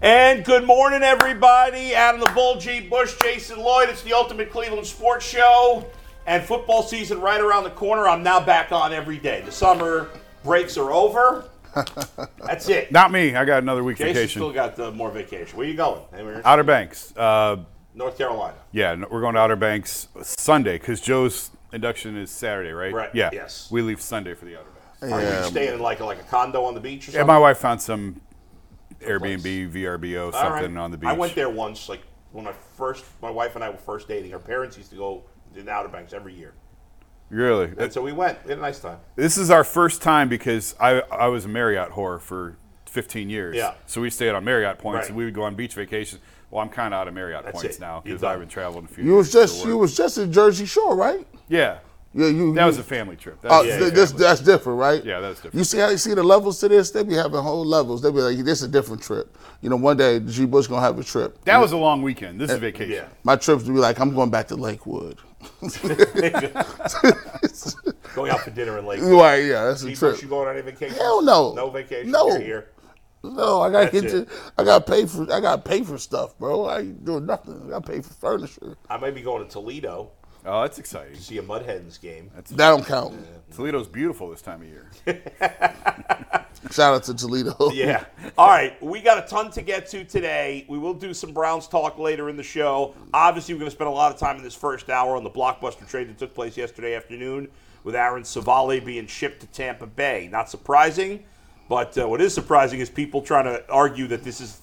And good morning, everybody. Adam the Bull, G. Bush, Jason Lloyd. It's the Ultimate Cleveland Sports Show, and football season right around the corner. I'm now back on every day. The summer breaks are over. That's it. Not me. I got another week Jason vacation. still got the more vacation. Where you going? Anywhere? Outer Banks. Uh, North Carolina. yeah, n- we're going to Outer Banks Sunday because Joe's induction is Saturday, right? Right, Yeah. yes. We leave Sunday for the Outer Banks. Are you staying in like like a condo on the beach or something? Yeah, my wife found some Airbnb, All VRBO, right. something on the beach. I went there once, like when I first, my wife and I were first dating. Her parents used to go to the Outer Banks every year, Really? Uh, and so we went. We had a nice time. This is our first time because I I was a Marriott whore for 15 years. Yeah. So we stayed on Marriott points Right. and we would go on beach vacations. Well, I'm kind of out of Marriott That's points it. now You're because done. I've been traveling a few. You was years just to you work. was just in Jersey Shore, right? Yeah. Yeah, you. That you- was a family trip. That Oh, was- th- yeah, this, that's different, right? Yeah, that's different. You see how you see the levels to this? They be having whole levels. They be like, this is a different trip. You know, one day G. Bush gonna have a trip. That was a long weekend. This is vacation. Uh, Yeah. My trips would be like, I'm going back to Lakewood. Going out for dinner in Lake. right? Yeah, that's a People, trip. you going on any vacation? Hell no. No vacation. No. You're here. No, I gotta That's get it. you. I gotta pay for. I gotta pay for stuff, bro. I ain't doing nothing. I gotta pay for furniture. I may be going to Toledo Oh, that's exciting. to see a Mudhens game. That don't count. Toledo's beautiful this time of year. Shout out to Toledo. Yeah. All right. We got a ton to get to today. We will do some Browns talk later in the show. Obviously, we're going to spend a lot of time in this first hour on the blockbuster trade that took place yesterday afternoon with Aaron Savali being shipped to Tampa Bay. Not surprising, but uh, what is surprising is people trying to argue that this is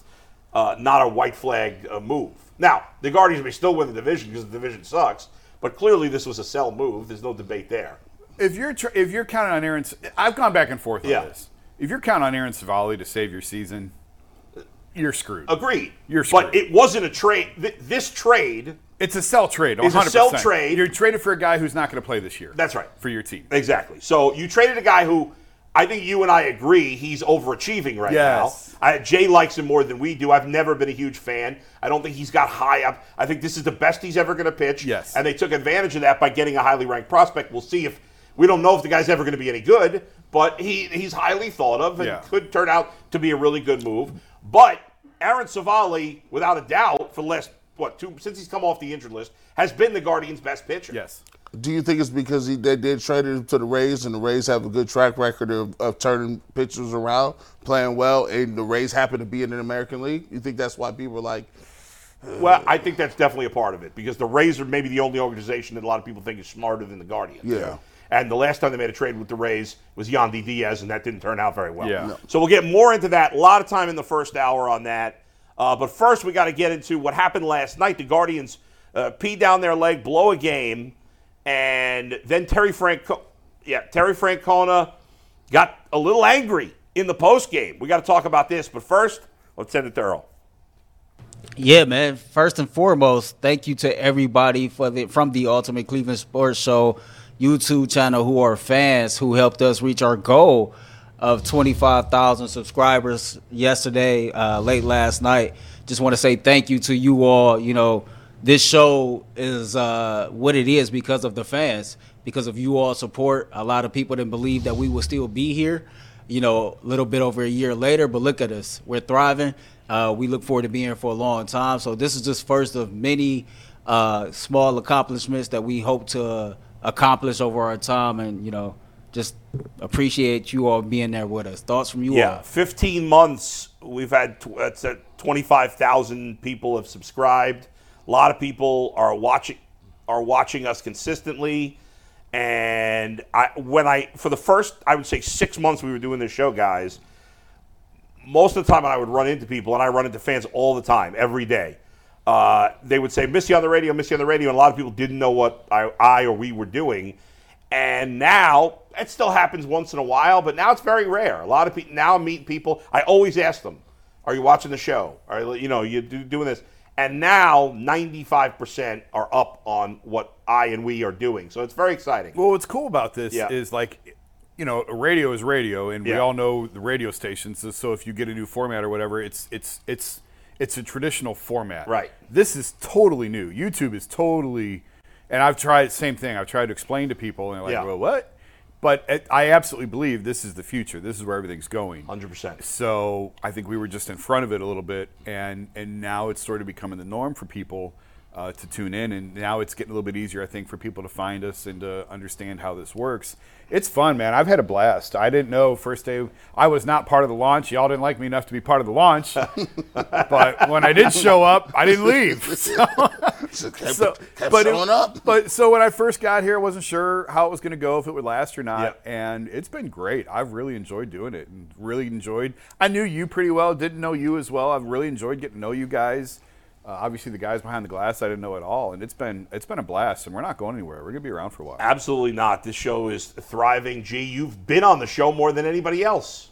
uh, not a white flag uh, move. Now, the Guardians may still win the division because the division sucks, but clearly this was a sell move. There's no debate there. If you're tr- if you're counting on Aaron, S- I've gone back and forth on Yeah. this. If you're counting on Aaron Savali to save your season, you're screwed. Agreed. You're but screwed. it wasn't a trade. Th- this trade. It's a sell trade. It's 100%. a sell trade. You're traded for a guy who's not going to play this year. That's right. For your team. Exactly. So you traded a guy who I think you and I agree he's overachieving right Yes. now. I, Jay likes him more than we do. I've never been a huge fan. I don't think he's got high up. I think this is the best he's ever going to pitch. Yes. And they took advantage of that by getting a highly ranked prospect. We'll see if we don't know if the guy's ever going to be any good, but he he's highly thought of and Yeah. could turn out to be a really good move. But Aaron Savali, without a doubt, for the last what two since he's come off the injured list, has been the Guardians' best pitcher. Yes. Do you think it's because he they did trade him to the Rays and the Rays have a good track record of, of turning pitchers around, playing well, and the Rays happen to be in the American League? You think that's why people are like, Well, I think that's definitely a part of it because the Rays are maybe the only organization that a lot of people think is smarter than the Guardians. Yeah. And the last time they made a trade with the Rays was Yandy Diaz, and that didn't turn out very well. Yeah. No. So we'll get more into that. A lot of time in the first hour on that. Uh, but first, we got to get into what happened last night. The Guardians uh, pee down their leg, blow a game, and then Terry Franco, yeah, Terry Francona got a little angry in the post game. We got to talk about this, but first, let's send it to Earl. Yeah, man. First and foremost, thank you to everybody for the from the Ultimate Cleveland Sports Show YouTube channel who are fans who helped us reach our goal of 25,000 subscribers yesterday, uh, late last night. Just want to say thank you to you all. You know, this show is uh, what it is because of the fans, because of you all support. A lot of people didn't believe that we would still be here you know, a little bit over a year later, but look at us. We're thriving. Uh, we look forward to being here for a long time. So this is just first of many uh, small accomplishments that we hope to accomplish over our time. And, you know, just appreciate you all being there with us. Thoughts from you Yeah, all? 15 months. We've had tw- that's at 25,000 people have subscribed. A lot of people are watching are watching us consistently. And I when I for the first I would say 6 months we were doing this show, guys, most of the time when I would run into people, and I run into fans all the time, every day, uh, they would say, Miss you on the radio, miss you on the radio. And a lot of people didn't know what I, I or we were doing. And now it still happens once in a while, but now it's very rare. A lot of people now I meet people, I always ask them, Are you watching the show? Are you know you do, doing this? And now 95% are up on what I and we are doing. So it's very exciting. Well, what's cool about this Yeah. is like, you know, radio is radio, and we Yeah. all know the radio stations. So if you get a new format or whatever, it's it's it's it's a traditional format. Right. This is totally new. YouTube is totally, and I've tried same thing. I've tried to explain to people, and they're like, Yeah. well, what? But it, I absolutely believe this is the future. This is where everything's going. 100%. So I think we were just in front of it a little bit, and and now it's sort of becoming the norm for people uh, to tune in, and now it's getting a little bit easier, I think, for people to find us and to understand how this works. It's fun, man. I've had a blast. I didn't know first day I was not part of the launch. Y'all didn't like me enough to be part of the launch, but when I did show up, I didn't leave. So- Kept, so, kept but it, showing up. But so when I first got here, I wasn't sure how it was going to go, if it would last or not. Yeah. And it's been great. I've really enjoyed doing it, and really enjoyed. I knew you pretty well, didn't know you as well. I've really enjoyed getting to know you guys. Uh, obviously, the guys behind the glass, I didn't know at all, and it's been it's been a blast. And we're not going anywhere. We're gonna be around for a while. Absolutely not. This show is thriving. G, you've been on the show more than anybody else.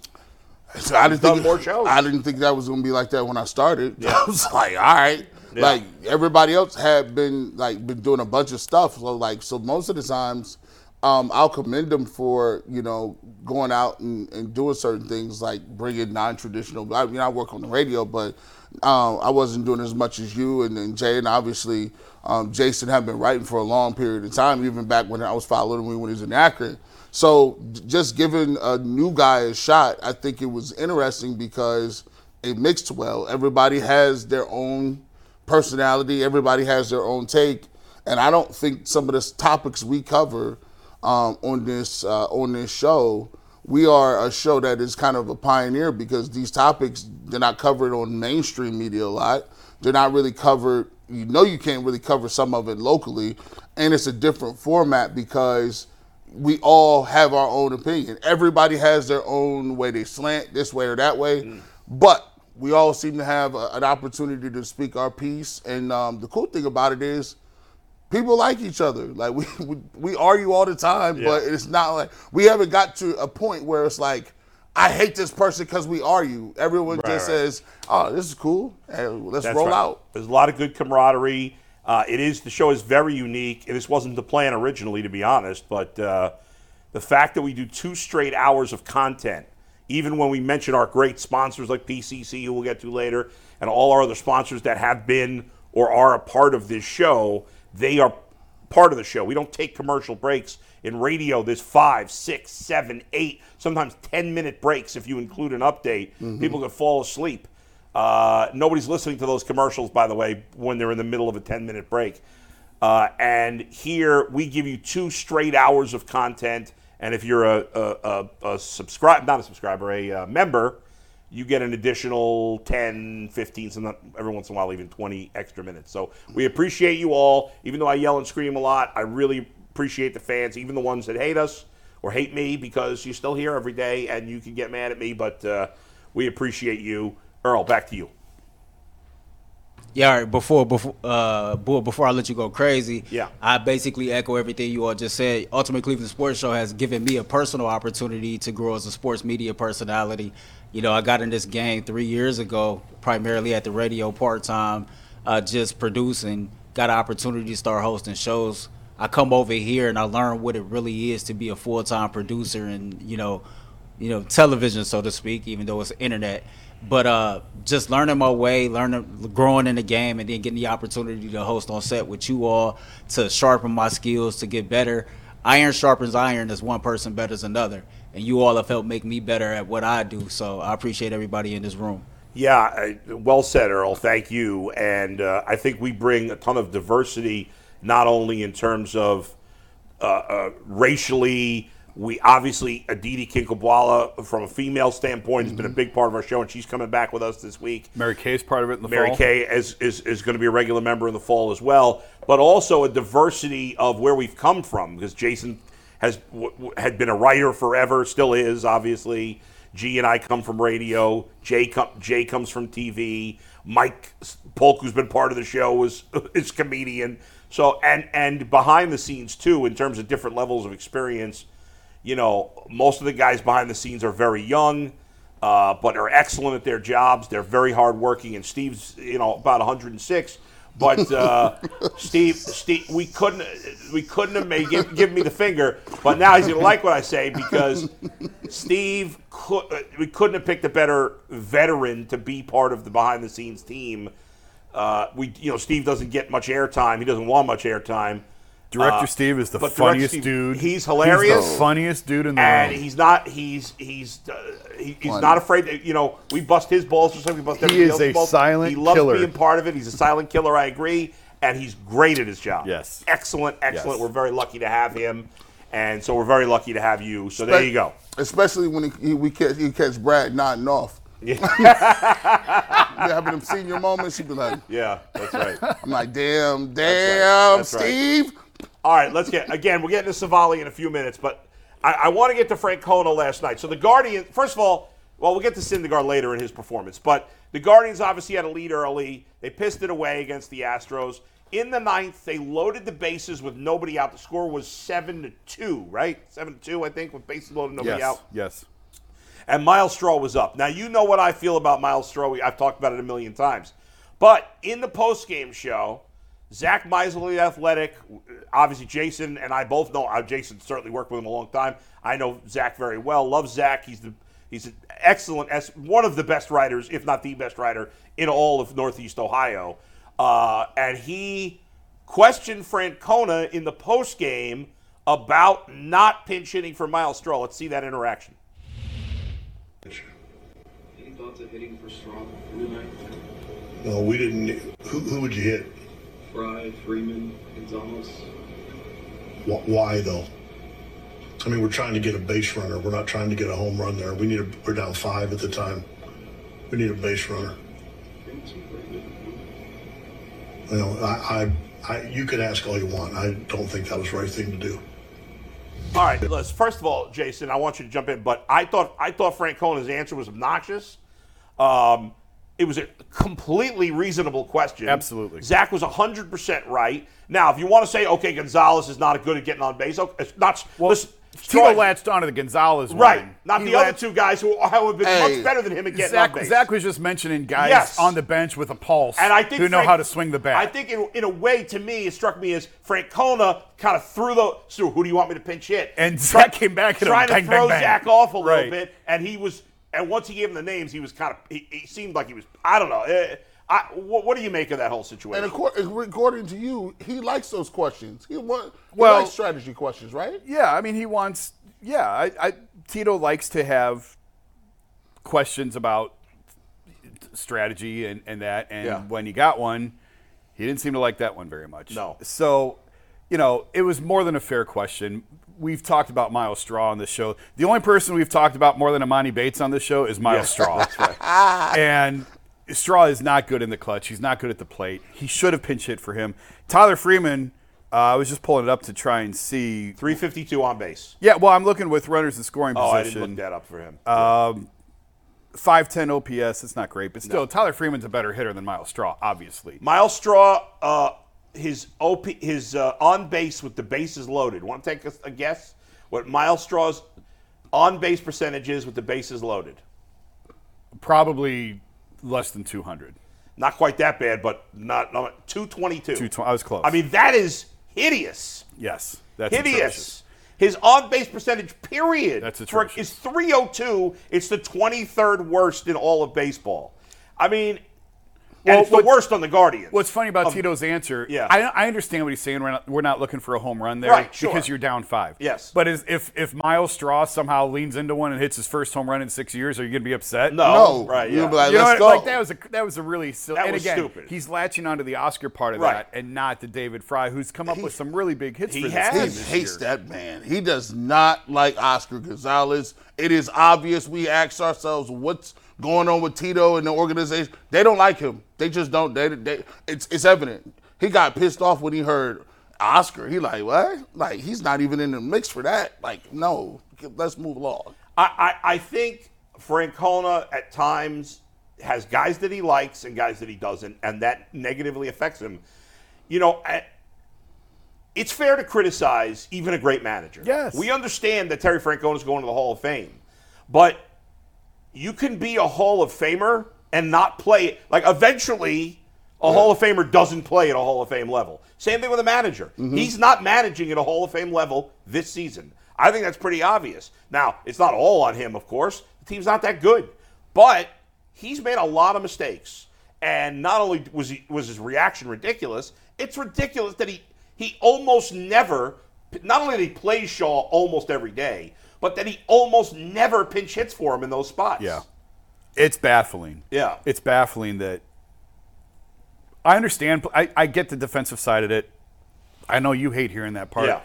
So I didn't done think more shows. I didn't think that was gonna be like that when I started. I was like, all right. Yeah. Like everybody else had been like been doing a bunch of stuff. So like so most of the times, um, I'll commend them for you know going out and, and doing certain things like bringing non-traditional. I mean, I work on the radio, but um, I wasn't doing as much as you and, and Jay, and obviously um, Jason had been writing for a long period of time, even back when I was following him when he was in Akron. So j- just giving a new guy a shot, I think it was interesting because it mixed well. Everybody has their own personality. Everybody has their own take, and I don't think some of the topics we cover um, on this uh, on this show. We are a show that is kind of a pioneer because these topics they're not covered on mainstream media a lot. They're not really covered. You know, you can't really cover some of it locally, and it's a different format because we all have our own opinion. Everybody has their own way they slant this way or that way, Mm. but we all seem to have a, an opportunity to speak our piece. And um, the cool thing about it is, people like each other. Like we we, we argue all the time, but it's not like we haven't got to a point where it's like. I hate this person because we argue. Everyone just right. says, "Oh, this is cool. Hey, let's That's roll right. out." There's a lot of good camaraderie. Uh, it is the show is very unique. And this wasn't the plan originally, to be honest. But uh, the fact that we do two straight hours of content, even when we mention our great sponsors like PCC, who we'll get to later, and all our other sponsors that have been or are a part of this show, they are part of the show. We don't take commercial breaks. In radio, there's five, six, seven, eight, sometimes 10 minute breaks if you include an update. People could fall asleep. Uh, nobody's listening to those commercials, by the way, when they're in the middle of a 10 minute break. Uh, and here we give you two straight hours of content. And if you're a, a, a, a subscribe, not a subscriber, a uh, member, you get an additional 10, 15, some, every once in a while, even 20 extra minutes. So we appreciate you all. Even though I yell and scream a lot, I really appreciate the fans, even the ones that hate us or hate me, because you're still here every day and you can get mad at me, but uh, we appreciate you. Earl, back to you. Yeah, all right, before before uh Bull, before I let you go crazy, Yeah. I basically echo everything you all just said. Ultimate Cleveland Sports Show has given me a personal opportunity to grow as a sports media personality. You know, I got in this game three years ago, primarily at the radio part time, uh, just producing. Got an opportunity to start hosting shows. I come over here and I learn what it really is to be a full time producer, and you know, you know, television, so to speak, even though it's internet. But uh, just learning my way, learning, growing in the game, and then getting the opportunity to host on set with you all to sharpen my skills to get better. Iron sharpens iron as one person better as another, and you all have helped make me better at what I do. So I appreciate everybody in this room. Yeah, I- well said, Earl. Thank you. And uh, I think we bring a ton of diversity, not only in terms of uh, uh, racially. We obviously Aditi Kinkabwala, from a female standpoint, has been a big part of our show, and she's coming back with us this week. Mary Kay's part of it in the Mary fall. Kay is, is, is going to be a regular member in the fall as well, but also a diversity of where we've come from because Jason has w- w- had been a writer forever, still is obviously. G and I come from radio. Jay com- Jay comes from TV. Mike S- Polk, who's been part of the show, is is comedian. So and and behind the scenes too, in terms of different levels of experience, you know, most of the guys behind the scenes are very young uh, but are excellent at their jobs. They're very hardworking, and Steve's you know about 106. But uh, Steve, Steve, we couldn't we couldn't have made give, give me the finger. But now he's gonna like what I say because Steve could, we couldn't have picked a better veteran to be part of the behind the scenes team. Uh, we you know Steve doesn't get much airtime. He doesn't want much airtime. Director Steve is the uh, but Director funniest Steve- dude. he's hilarious. the funniest dude in the and room. he's not he's he's uh, he, he's not afraid to, you know we bust his balls or something we bust everybody is else's a balls. silent he loves killer. being part of it he's a silent killer i agree and he's great at his job Yes. excellent excellent Yes. we're very lucky to have him and so we're very lucky to have you so there you go Especially when he, he, we catch, he catch Brad nodding off. Yeah. having them senior moments, she'd be like, yeah that's right I'm like, damn, damn, That's right. Steve. all right let's get again we'll get into savali in a few minutes but i, I want to get to francona last night so the guardian first of all well we'll get to Syndergaard later in his performance but the guardians obviously had a lead early they pissed it away against the astros in the ninth they loaded the bases with nobody out the score was seven to two right seven to two i think with bases loaded nobody yes, out yes. and Miles Straw was up. Now you know what I feel about Miles Straw. We- I've talked about it a million times. But in the postgame show, Zach Misley, the Athletic, obviously Jason and I both know. uh, Jason certainly worked with him a long time. I know Zach very well. Love Zach. He's the he's an excellent, as one of the best writers, if not the best writer in all of Northeast Ohio. Uh, and he questioned Francona in the postgame about not pinch hitting for Miles Straw. Let's see that interaction. Any thoughts of hitting for Straw through the ninth? No, we didn't. Who, who would you hit? Fry, Freeman, Gonzalez. Wh- Why though? I mean, we're trying to get a base runner. We're not trying to get a home run there. We need a. We're down five at the time. We need a base runner. Didn't see Freeman. You know, I, I, I you could ask all you want. I don't think that was the right thing to do. All right, let's, first of all, Jason, I want you to jump in, but I thought I thought Francona's answer was obnoxious. Um, it was a completely reasonable question. Absolutely. Zach was 100% right. Now, if you want to say, okay, Gonzalez is not good at getting on base, okay, it's not. Well, listen, Tito Troy- latched onto the Gonzalez Right. one. Not He the other latched- two guys who have been Hey, much better than him at getting on Zach, base. Zach was just mentioning guys Yes. on the bench with a pulse And I think who know Frank- how to swing the bat. I think in, in a way, to me, it struck me as Francona kind of threw the so who do you want me to pinch hit? And Zach came back at him, trying bang, to throw bang, bang. Zach off a little Right. bit, and he was. And once he gave him the names, he was kind of. He, he seemed like he was. I don't know. eh, I, what, what do you make of that whole And situation? according, according to you, he likes those questions. He, want, he Well- likes strategy questions, right? yeah, I mean, he wants. Yeah, I, I, Tito likes to have questions about strategy and, and that. And Yeah. when he got one, he didn't seem to like that one very much. No. So, you know, it was more than a fair question. We've talked about Miles Straw on this show. The only person we've talked about more than Amani Bates on this show is Miles Straw. and Straw is not good in the clutch. He's not good at the plate. He should have pinch hit for him. Tyler Freeman, uh, I was just pulling it up to try and see. Three fifty-two on base. Yeah, well, I'm looking with runners in scoring Oh, I position. Uh, didn't look that up for him. 510 OPS, it's not great, but still, Tyler Freeman's a better hitter than Miles Straw, obviously. Miles Straw, uh, his op, his uh, on base with the bases loaded. Want to take a, a guess what Miles Straw's on base percentage is with the bases loaded? Probably less than 200. Not quite that bad, but not, not two twenty-two. 220. I was close. I mean, that is hideous. yes, that's atrocious. hideous. His on base percentage, period, That's for- atrocious. is 302. It's the 23rd worst in all of baseball. I mean, and Well, it's the what- worst on the Guardians. What's funny about Tito's answer? Um, yeah. I, I understand what he's saying. We're not, we're not looking for a home run there Right, sure. because you're down five. Yes. but is, if if Miles Straw somehow leans into one and hits his first home run in six years, are you going to be upset? no, No, right? you'll yeah. be like, You know, let's what? go. like that was a that was a really silly. That and was again, stupid. he's latching onto the Oscar part of Right. that and not the David Fry, who's come up with some really big hits He for this has. team He this hates year. that man. He does not like Oscar Gonzalez. It is obvious. We ask ourselves what's going on with Tito and the organization. They don't like him. They just don't. They, they it's it's evident. He got pissed off when he heard Oscar. He like what? Like he's not even in the mix for that. Like no, let's move along. I, I, I think Francona at times has guys that he likes and guys that he doesn't, and that negatively affects him. You know, I- it's fair to criticize even a great manager. Yes. We understand that Terry Francona is going to the Hall of Fame, but you can be a Hall of Famer and not play. Like eventually, a Hall of Famer doesn't play at a Hall of Fame level. Same thing with a manager. He's not managing at a Hall of Fame level this season. I think that's pretty obvious. Now, it's not all on him, of course. The team's not that good, but he's made a lot of mistakes. And not only was he, was his reaction ridiculous, it's ridiculous that he he almost never not only that he plays Shaw almost every day, but that he almost never pinch hits for him in those spots. Yeah. It's baffling. Yeah. It's baffling that I understand. I, I get the defensive side of it. I know you hate hearing that part. Yeah.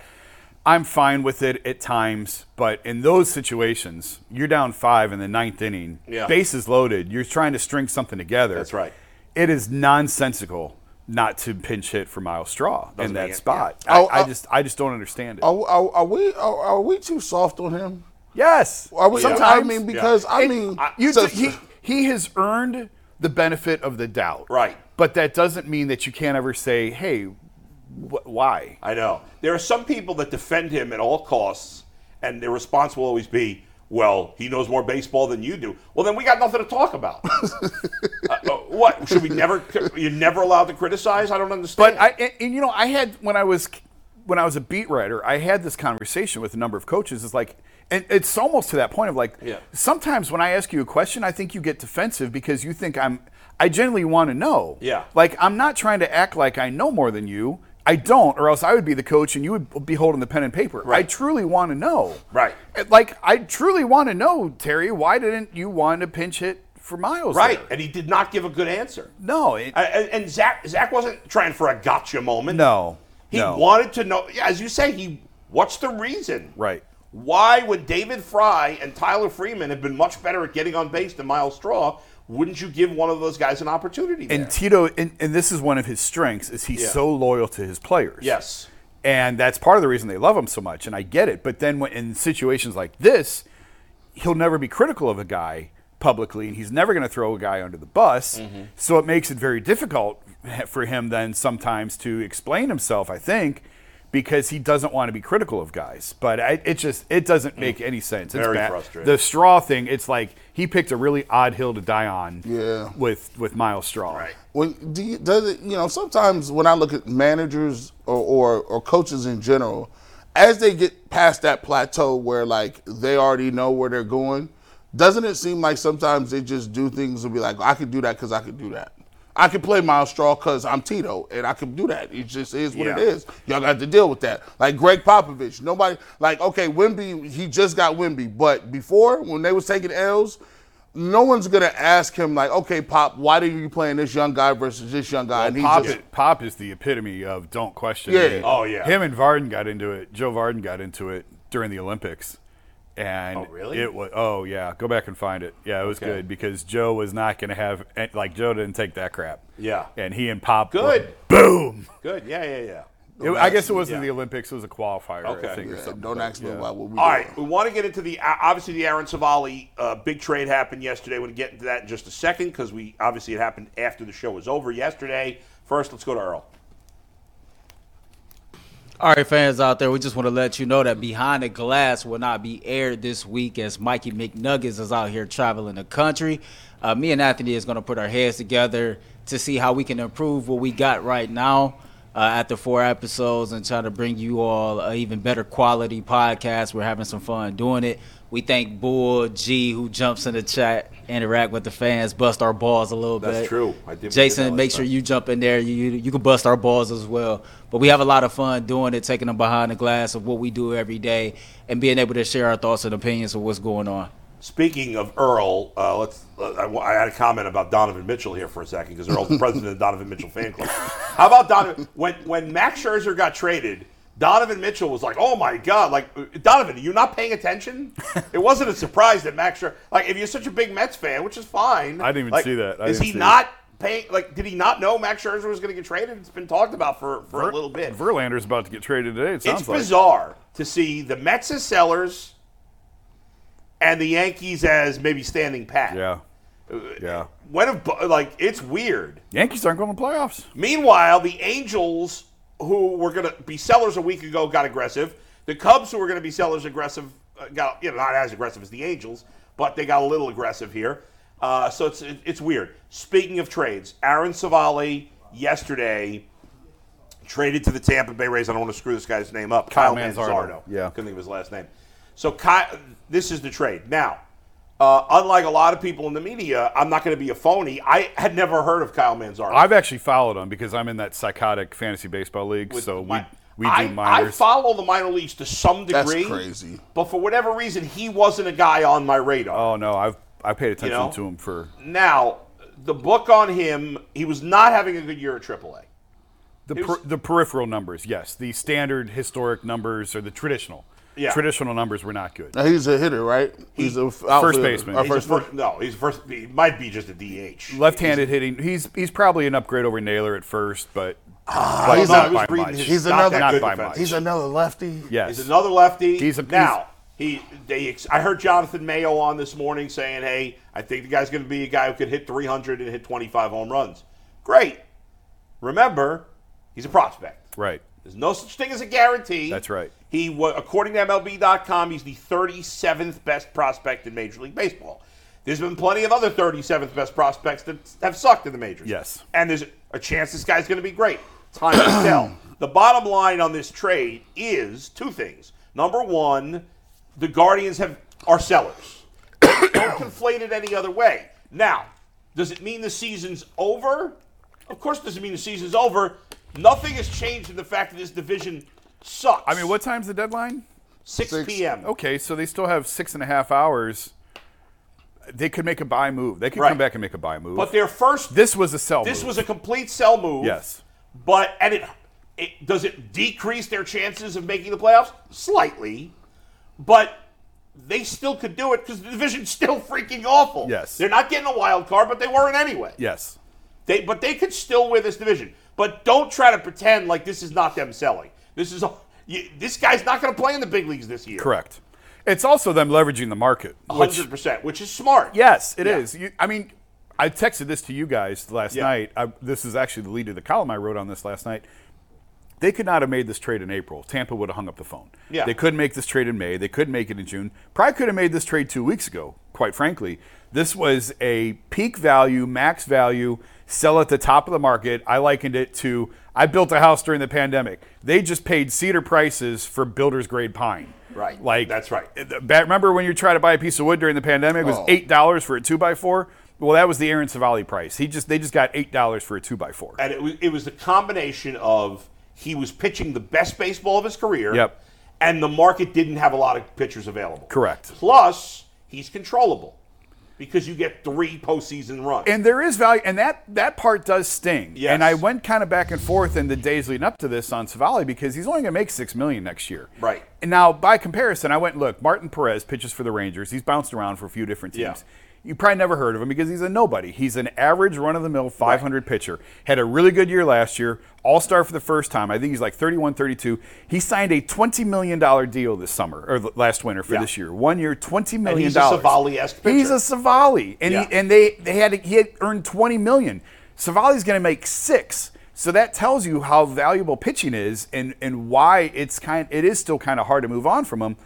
I'm fine with it at times, but in those situations, you're down five in the ninth inning, Yeah. bases loaded, you're trying to string something together. That's right. It is nonsensical not to pinch hit for Miles Straw make in that it- spot. yeah. Oh, I, I oh. just I just don't understand it. Are, are, are we are, are we too soft on him? yes. Are we, I Sometimes mean, because I mean, you so- he he has earned the benefit of the doubt. Right. But that doesn't mean that you can't ever say, "Hey, wh- why?" I know. There are some people that defend him at all costs, and their response will always be, well, he knows more baseball than you do. Well, then we got nothing to talk about. Uh, uh, what? Should we never, you're never allowed to criticize? I don't understand. But I and, and, you know, I had when I was when I was a beat writer, I had this conversation with a number of coaches. It's like and it's almost to that point of like Yeah. sometimes when I ask you a question, I think you get defensive because you think I'm I generally want to know. Yeah. Like I'm not trying to act like I know more than you. I don't, or else I would be the coach and you would be holding the pen and paper. I Right. truly want to know. Right. Like I truly want to know, Terry, why didn't you want to pinch hit for Miles? right. there? And he did not give a good answer. No. It, I- And, and Zach, Zach wasn't trying for a gotcha moment. no. He no. wanted to know, yeah, as you say, he what's the reason? Right. Why, when David Fry and Tyler Freeman have been much better at getting on base than Miles Straw, wouldn't you give one of those guys an opportunity? And there? Tito, and, and this is one of his strengths, is he's Yeah. so loyal to his players. yes, And that's part of the reason they love him so much. And I get it. But then when, in situations like this, he'll never be critical of a guy publicly, and he's never going to throw a guy under the bus. Mm-hmm. So it makes it very difficult for him then sometimes to explain himself, I think, because he doesn't want to be critical of guys. But I, it just it doesn't make any sense. It's Mm. Very bad. frustrating. The straw thing, it's like he picked a really odd hill to die on Yeah. with with Miles Straw. Right. when do you, does it, you know sometimes when I look at managers or, or or coaches in general, as they get past that plateau where like they already know where they're going, doesn't it seem like sometimes they just do things and be like, I could do that because I could do that. I can play Miles Straw because I'm Tito and I can do that. It just is what it Yeah. is. Y'all got to deal with that. Like Greg Popovich, nobody like okay Wimby. He just got Wimby, but before when they was taking L's, no one's gonna ask him like, okay, Pop, why are you playing this young guy versus this young guy? and he Pop, just, is, Pop is the epitome of don't question. Yeah. me. Oh, yeah. Him and Varden got into it. Joe Varden got into it during the Olympics, and Oh, really? it was. Oh yeah, go back and find it. Yeah, it was good because Joe was not going to have and, like Joe didn't take that crap. Yeah. and he and Pop. were- Good. boom. good, yeah, yeah, yeah. It- I guess it wasn't yeah. the Olympics. It was a qualifier. Okay. I think, or Yeah, something. don't ask me about what we. All doing. right, we want to get into the uh, obviously the Aaron Savali uh, big trade happened yesterday. We'll get into that in just a second because we obviously it happened after the show was over yesterday. First, let's go to Earl. All right, fans out there, we just want to let you know that Behind the Glass will not be aired this week as Mikey McNuggets is out here traveling the country. Uh, me and Anthony is going to put our heads together to see how we can improve what we got right now uh, after four episodes and try to bring you all an even better quality podcast. We're having some fun doing it. We thank Bull G, who jumps in the chat, interact with the fans, bust our balls a little That's bit. true. I did- we did that Jason, last make sure time. you you jump in there, you you you can bust our balls as well. But we have a lot of fun doing it, taking them behind the glass of what we do every day, and being able to share our thoughts and opinions of what's going on. Speaking of Earl, uh, let's. Uh, I, wa- I had a comment about Donovan Mitchell here for a second because Earl's the president of the Donovan Mitchell fan club. How about Donovan? When when Max Scherzer got traded, Donovan Mitchell was like, "Oh my God!" Like Donovan, you're not paying attention. It wasn't a surprise that Max Scherzer. Like if you're such a big Mets fan, which is fine. I didn't even like, see that. I is didn't he see not paying? Like, did he not know Max Scherzer was going to get traded? It's been talked about for for a little bit. Verlander's about to get traded today. It sounds It's like. bizarre to see the Mets as sellers and the Yankees as maybe standing pat. Yeah. uh, Yeah. When have bo- like it's weird. Yankees aren't going to the playoffs. Meanwhile, the Angels, who were going to be sellers a week ago, got aggressive. The Cubs, who were going to be sellers aggressive, uh, got you know not as aggressive as the Angels, but they got a little aggressive here. Uh, so it's it- it's weird. Speaking of trades, Aaron Savali yesterday traded to the Tampa Bay Rays. I don't want to screw this guy's name up. Kyle Kyle, Manzardo. Manzardo. Yeah. couldn't think of his last name. So Kyle, this is the trade now. Uh, unlike a lot of people in the media, I'm not going to be a phony. I had never heard of Kyle Manzardo. I've actually followed him because I'm in that psychotic fantasy baseball league, with so we my- we do I, I minors. follow the minor leagues to some That's degree. crazy. But for whatever reason, he wasn't a guy on my radar. oh no, I've I paid attention know? to him for Now, the book on him, he was not having a good year at AAA. the was- per, the peripheral numbers. Yes, the standard historic numbers or the traditional. Yeah. Traditional numbers were not good. Now he's a hitter, right? He's a First baseman. Our He's a first first, no, he's first. He might be just a DH. Left-handed hitting. He's he's probably an upgrade over Naylor at first, but I but was not I was by reading much. his He's not another- that Not good by defense. much. He's another lefty. yes. He's another lefty. He's a- now he they. ex- I heard Jonathan Mayo on this morning saying, "Hey, I think the guy's going to be a guy who could hit 300 and hit 25 home runs." Great. Remember, he's a prospect. right. There's no such thing as a guarantee. That's right. He was, according to MLB.com, he's the 37th best prospect in Major League Baseball. There's been plenty of other 37th best prospects that have sucked in the majors. Yes. And there's a chance this guy's going to be great. Time will tell. The bottom line on this trade is two things. Number one, the Guardians have are sellers. Don't conflate it any other way. Now, does it mean the season's over? Of course, it doesn't mean the season's over. Nothing has changed in the fact that this division sucks. I mean, what time's the deadline? 6 Six. p.m. Okay, so they still have six and a half hours. They could make a buy move. They could Right. come back and make a buy move. But their first this was a sell. this move. was a complete sell move. Yes. But and it, it does it decrease their chances of making the playoffs slightly, but they still could do it because the division's still freaking awful. Yes. they're not getting a wild card, but they weren't anyway. yes. They but they could still win this division. But don't try to pretend like this is not them selling. This is a, you, this guy's not going to play in the big leagues this year. Correct. It's also them leveraging the market. Which, hundred percent, which is smart. yes, it Yeah. is. You, I mean, I texted this to you guys last Yeah. night. I, this is actually the lead of the column I wrote on this last night. They could not have made this trade in April. Tampa would have hung up the phone. Yeah. They couldn't make this trade in May. They couldn't make it in June. Probably could have made this trade two weeks ago, quite frankly. This was a peak value, max value, sell at the top of the market. I likened it to I built a house during the pandemic. They just paid cedar prices for builder's grade pine. Right. Like That's right. the- ba- Remember when you tried to buy a piece of wood during the pandemic? It was Oh. eight dollars for a two by four. Well, that was the Aaron Savali price. He just they just got eight dollars for a two by four. and it was, it was the combination of he was pitching the best baseball of his career. Yep. And the market didn't have a lot of pitchers available. Correct. Plus, he's controllable because you get three postseason runs. And there is value, and that that part does sting. Yes. And I went kind of back and forth in the days leading up to this on Savali because he's only going to make six million next year. Right. And now, by comparison, I went look. Martin Perez pitches for the Rangers. He's bounced around for a few different teams. Yeah. You probably never heard of him because he's a nobody. He's an average run of the mill 500 pitcher. Had a really good year last year, all star for the first time. I think he's like 31, 32. He signed a $20 million deal this summer or l- last winter for Yeah. this year. One year, $20 million. he's a Savali-esque pitcher. He's a Savali. And, Yeah. he, and they, they had he had earned 20 million. Savali's going to make six. So that tells you how valuable pitching is and, and why it's kind it is still kind of hard to move on from him.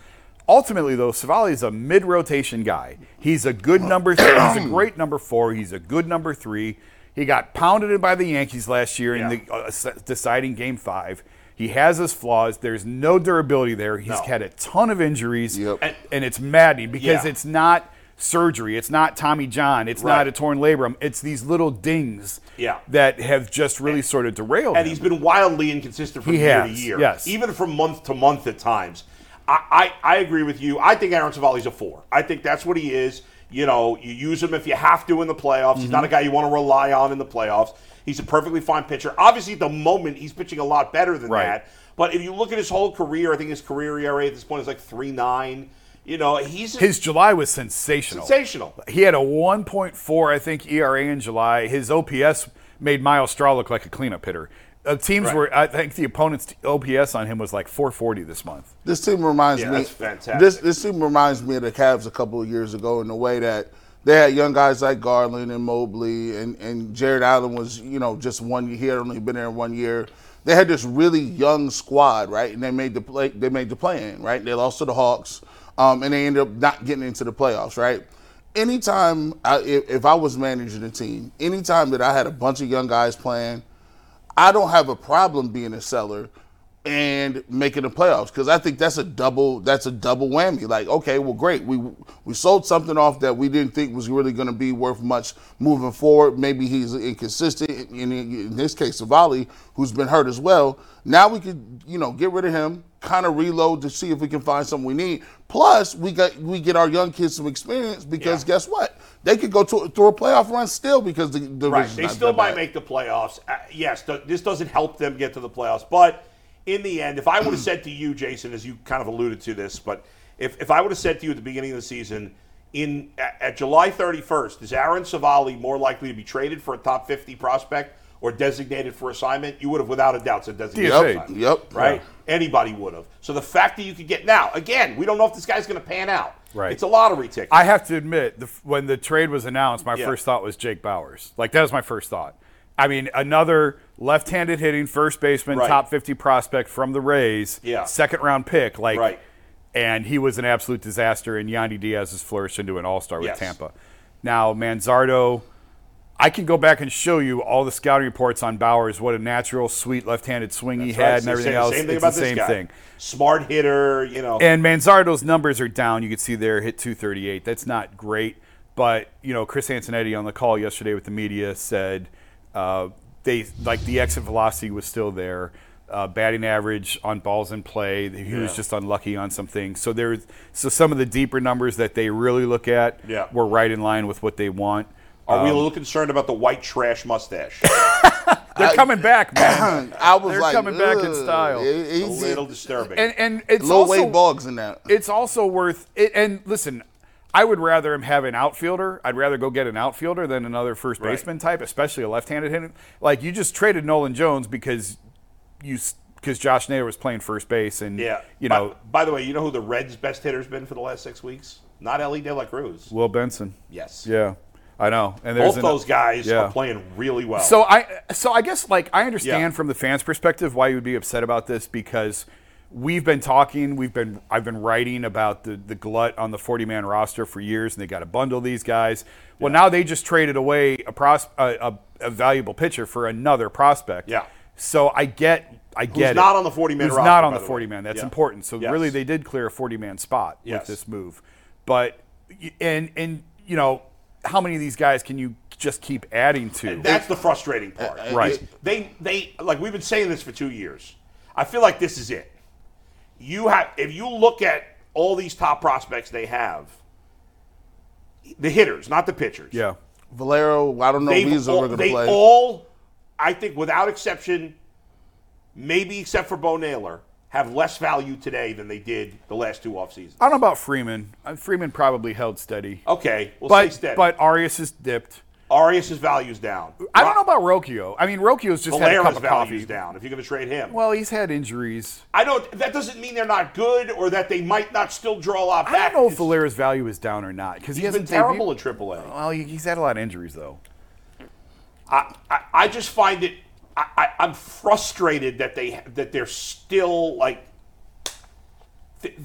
Ultimately, though, Savali is a mid rotation guy. He's a good number three. He's a great number four. He's a good number three. He got pounded by the Yankees last year Yeah. in the uh, s- deciding game five. He has his flaws. There's no durability there. He's No. had a ton of injuries. Yep. And, and it's maddening because Yeah. it's not surgery. It's not Tommy John. It's Right. not a torn labrum. It's these little dings Yeah. that have just really sort of derailed and him. he's been wildly inconsistent from He year to has, year. yes. Even from month to month at times. I, I, I agree with you. I think Aaron Savali's a four. I think that's what he is. You know, you use him if you have to in the playoffs. He's Mhm. not a guy you want to rely on in the playoffs. He's a perfectly fine pitcher. Obviously, at the moment, he's pitching a lot better than Right. that. But if you look at his whole career, I think his career ERA at this point is like 3 9. You know, he's his July was sensational. sensational. He had a 1.4, I think, ERA in July. His OPS made Miles Straw look like a cleanup hitter. Uh, teams Right. were, I think, the opponent's OPS on him was like 440 this month. This team reminds Yeah, me. that's fantastic. This this team reminds me of the Cavs a couple of years ago in the way that they had young guys like Garland and Mobley and and Jared Allen was you know just one he had only been there one year. They had this really young squad, right? And they made the play. They made the play in, right? They lost to the Hawks, um, and they ended up not getting into the playoffs, right? anytime I, if, if I was managing a team, anytime that I had a bunch of young guys playing, I don't have a problem being a seller and making the playoffs because I think that's a double that's a double whammy. Like, okay, well, great, we we sold something off that we didn't think was really going to be worth much moving forward. Maybe he's inconsistent. In, in this case, Savali, who's been hurt as well. Now we could you know get rid of him, kind of reload to see if we can find something we need. Plus, we got we get our young kids some experience because Yeah. guess what? They could go to, through a playoff run still because the, the Right. division's They not still that might bad. make the playoffs. Uh, yes, th- this doesn't help them get to the playoffs. But in the end, if I would have said to you, Jason, as you kind of alluded to this, but if, if I would have said to you at the beginning of the season, in at, at July 31st, is Aaron Savali more likely to be traded for a top 50 prospect or designated for assignment? You would have, without a doubt, said designated DFA. for assignment. Yep. Right? Anybody would have. So the fact that you could get now, again, we don't know if this guy's going to pan out. Right. It's a lottery ticket. I have to admit, the, f- when the trade was announced, my Yeah. first thought was Jake Bowers. Like that was my first thought. I mean, another left-handed hitting first baseman, Right. top 50 prospect from the Rays, Yeah. second round pick. Like, Right. and he was an absolute disaster. And Yandy Diaz has flourished into an All-Star with Yes. Tampa. Now Manzardo, I can go back and show you all the scouting reports on Bowers. What a natural, sweet left-handed swing he That's had, right. and It's the everything same- else. Same thing it's about the this same guy. thing. Smart hitter, you know. And Manzardo's numbers are down. You can see there hit 238. That's not great. But you know, Chris Antonetti on the call yesterday with the media said uh, they like the exit velocity was still there. Uh, batting average on balls in play. He was just unlucky on some things. So there's so some of the deeper numbers that they really look at Yeah. were right in line with what they want. Are Um, we a little concerned about the white trash mustache? They're coming back, man. I was They're like, coming back in "Ugh, style." it- a it's- little disturbing. and and it's Low also, weight bugs in that. it's also worth it, and listen i would rather him have an outfielder i'd rather go get an outfielder than another first Right. baseman type especially a left-handed hitter like you just traded nolan jones because you because josh naylor was playing first base and yeah, you By- know By, the way, you know who the Reds' best hitter's been for the last six weeks? Not Ellie De La Cruz. will benson Yes. yeah i know and there's Both an- those guys yeah. are playing really well. So I so I guess like I understand Yeah. from the fans' perspective why you would be upset about this because we've been talking, we've been I've been writing about the the glut on the 40-man roster for years and they got to bundle these guys. Well, now they just traded away a, pros, a, a a valuable pitcher for another prospect. Yeah. So I get I get it. not on the 40-man Who's roster, not on by the the way. 40-man. That's Yeah. important. So Yes. really they did clear a 40-man spot with Yes. this move. But and and you know, how many of these guys can you just keep adding to? That's the frustrating part. Uh, Right. is They they like we've been saying this for two years. I feel like this is it. You have if you look at all these top prospects they have, the hitters, not the pitchers. yeah. Valero, I don't know if They've he's ever all, going to they play. all, I think, without exception, maybe except for Bo Naylor, have less value today than they did the last two off seasons. I don't know about Freeman. Uh, Freeman probably held steady. Okay, we'll but say Oh, steady. but Arias has dipped. Arias' value's down. I don't know about Rocchio. I mean, Rocchio's just had a cup Valera's of coffee. value's down. If you're going to trade him, Well, he's had injuries. I don't. That doesn't mean they're not good or that they might not still draw a lot I back. don't know if It's- Valera's value is down or not because he he's been hasn't terrible debuted- at AAA. Well, he- he's had a lot of injuries though. I, I, I just find it. I, I, I'm frustrated that they that they're still like th-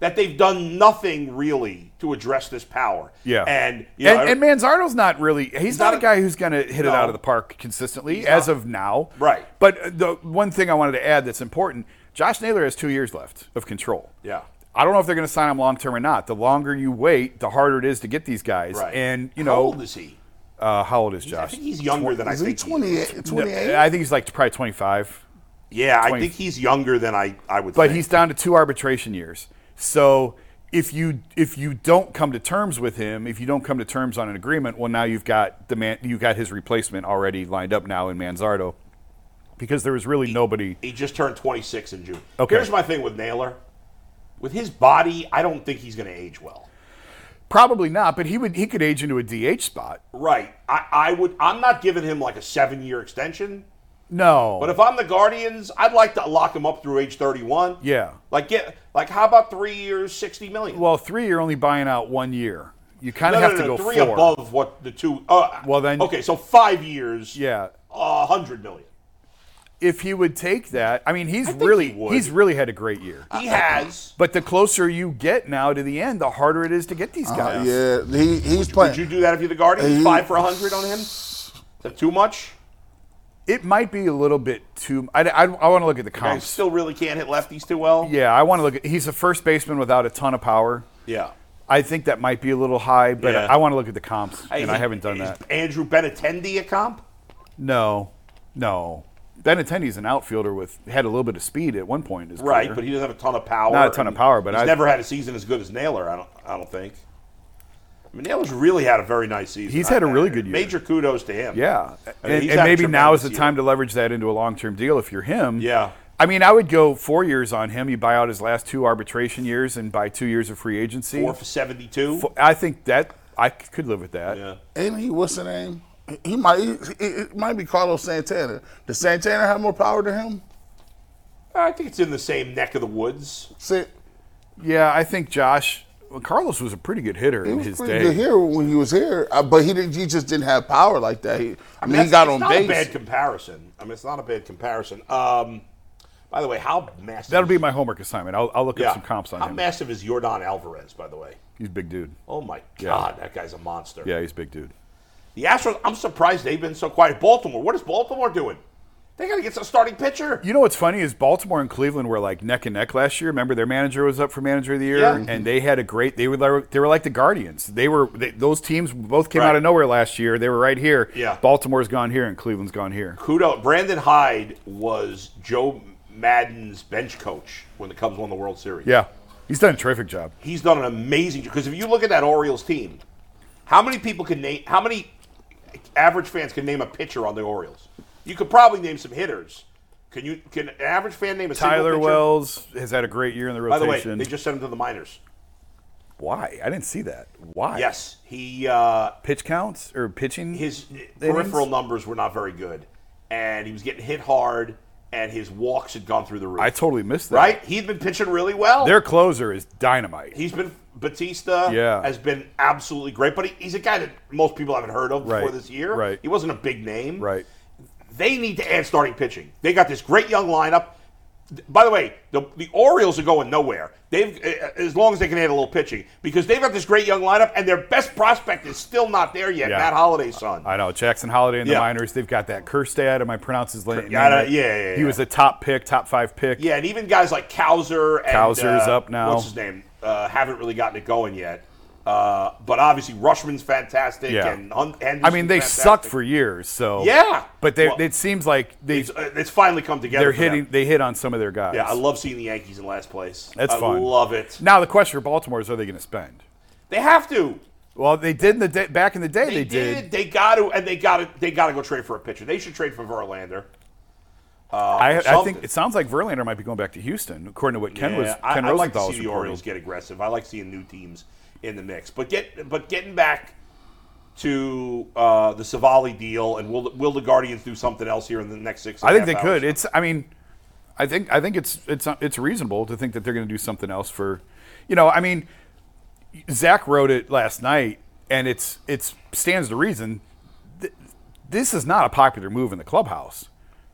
that they've done nothing really to address this power. Yeah. and you know, and, and Manzardo's not really, he's, not, not a a- guy who's going to hit it No. out of the park consistently as of now. Right. But uh, the one thing I wanted to add that's important Josh Naylor has two years left of control. Yeah. I don't know if they're going to sign him long term or not. The longer you wait, the harder it is to get these guys. right. And, you how know, old is he? Uh, how old is I Josh? think he's younger than I is he think. he is. 28? No, 28? I think he's like probably 25, Yeah, I 20. think he's younger than I I would. but think. he's down to two arbitration years. So if you if you don't come to terms with him, if you don't come to terms on an agreement, well now you've got the man, you got his replacement already lined up now in Manzardo, because there was really nobody. He just turned 26 in June. Okay. Here's my thing with Naylor. With his body, I don't think he's going to age well. Probably not, but he would he could age into a DH spot. Right. I, I would. I'm not giving him like a seven year extension. No, But if I'm the Guardians, I'd like to lock him up through age 31. yeah, Like get like how about three years, 60 million? well three you're only buying out one year. You kind no, of no, have no, to no, go three four. above what the two. Uh, Well, then- okay, so five years, Yeah, uh, 100 million. if he would take that. I mean, he's think really he would. he's really had a great year. He has. But the closer you get now to the end, the harder it is to get these guys. Yeah, he, he's Would you playing. do that if you're the Guardians? He- Five for a hundred on him. Is that too much? It might be a little bit too. I, I, want to look at the I comps. still really can't hit lefties too well. yeah, I want to look at. He's a first baseman without a ton of power. Yeah. I think that might be a little high, but Yeah. I want to look at the comps, and I is- haven't done is that. Andrew Benatendi a comp? No, no. Benatendi's an outfielder with had a little bit of speed at one point. in his Right, career. but he doesn't have a ton of power. Not a ton of and power, but he's I- never had a season as good as Naylor. I don't. I don't think. I mean, Naylor's really had a very nice season. He's had a really good year. Major kudos to him. Yeah, I mean, and, he's and had a maybe now is the tremendous time year. to leverage that into a long-term deal if you're him. Yeah. I mean, I would go four years on him. You buy out his last two arbitration years and buy two years of free agency. Four for seventy-two. Fo- I think that I c- could live with that. Yeah. Ain't he? What's the name? He might. He, he- it might be Carlos Santana. Does Santana have more power than him? I think it's in the same neck of the woods. See, Yeah, I think Josh well, Carlos was a pretty good hitter he in was his pretty day. good here when he was here, uh, but he didn't, he just didn't have power like that. He, I mean, he got it's on not base. A bad comparison. I mean, it's not a bad comparison. Um, by the way, how massive? That'll be my homework assignment. I'll, I'll look yeah. up some comps on how him. massive is Jordan Alvarez? By the way. He's a big dude. Oh my God, that guy's a monster. Yeah, he's a big dude. The Astros. I'm surprised they've been so quiet. Baltimore. What is Baltimore doing? They got to get some starting pitcher. You know what's funny is Baltimore and Cleveland were like neck and neck last year. Remember their manager was up for manager of the year, Yeah. and they had a great. They were like, they were like the Guardians. They were they, those teams both came Right. out of nowhere last year. They were right here. Yeah. Baltimore's gone here and Cleveland's gone here. Kudo Brandon Hyde was Joe Madden's bench coach when the Cubs won the World Series. Yeah, he's done a terrific job. he's done an amazing job. Because if you look at that Orioles team, how many people can name? How many average fans can name a pitcher on the Orioles? You could probably name some hitters. Can you? Can an average fan name a single Tyler pitcher? Wells has had a great year in the By the rotation. way, they just sent him to the minors. Why? I didn't see that. Why? Yes, he uh, Pitch counts or pitching? his innings? peripheral numbers were not very good, and he was getting hit hard, and his walks had gone through the roof. I totally missed that. right. He'd been pitching really well. Their closer is dynamite. He's been Batista. Yeah. has been absolutely great. But he, he's a guy that most people haven't heard of Right, before this year. right. He wasn't a big name. right. They need to add starting pitching. They got this great young lineup. Th- By the way, the, the Orioles are going nowhere. They've eh, as long as they can add a little pitching because they've got this great young lineup and their best prospect is still not there yet. Yeah. Matt Holiday's son. I know Jackson Holiday in the Yeah. minors. They've got that Kerstad. Am I pronouncing his la- name? yeah, right? yeah, yeah, He yeah. was a top pick, top five pick. yeah, and even guys like Kowser and Kowser's uh, up now. What's his name? Uh, haven't really gotten it going yet. Uh, but obviously, Rushman's fantastic. Yeah. and Hun- I mean, they Henderson's sucked fantastic. for years. So Yeah. but they, Well, it seems like they it's, uh, it's finally come together. they're for them. hitting. They hit on some of their guys. Yeah, I love seeing the Yankees in last place. That's I fun. Love it. Now the question for Baltimore is: Are they going to spend? They have to. Well, they did in the day, back in the day. They, They did. They got to, and they got to. They got to go trade for a pitcher. They should trade for Verlander. I, I something. think it sounds like Verlander might be going back to Houston, according to what Ken was. Yeah, Ken I, I Rosenthal like to was see the reporting. Orioles get aggressive. I like seeing new teams in the mix. But get but getting back to uh, the Savali deal, and will the- will the Guardians do something else here in the next six? and I a think they half could. hours? It's. I mean, I think. I think it's. It's. It's reasonable to think that they're going to do something else for, you know. I mean, Zach wrote it last night, and it's. It's stands to reason. Th- this is not a popular move in the clubhouse,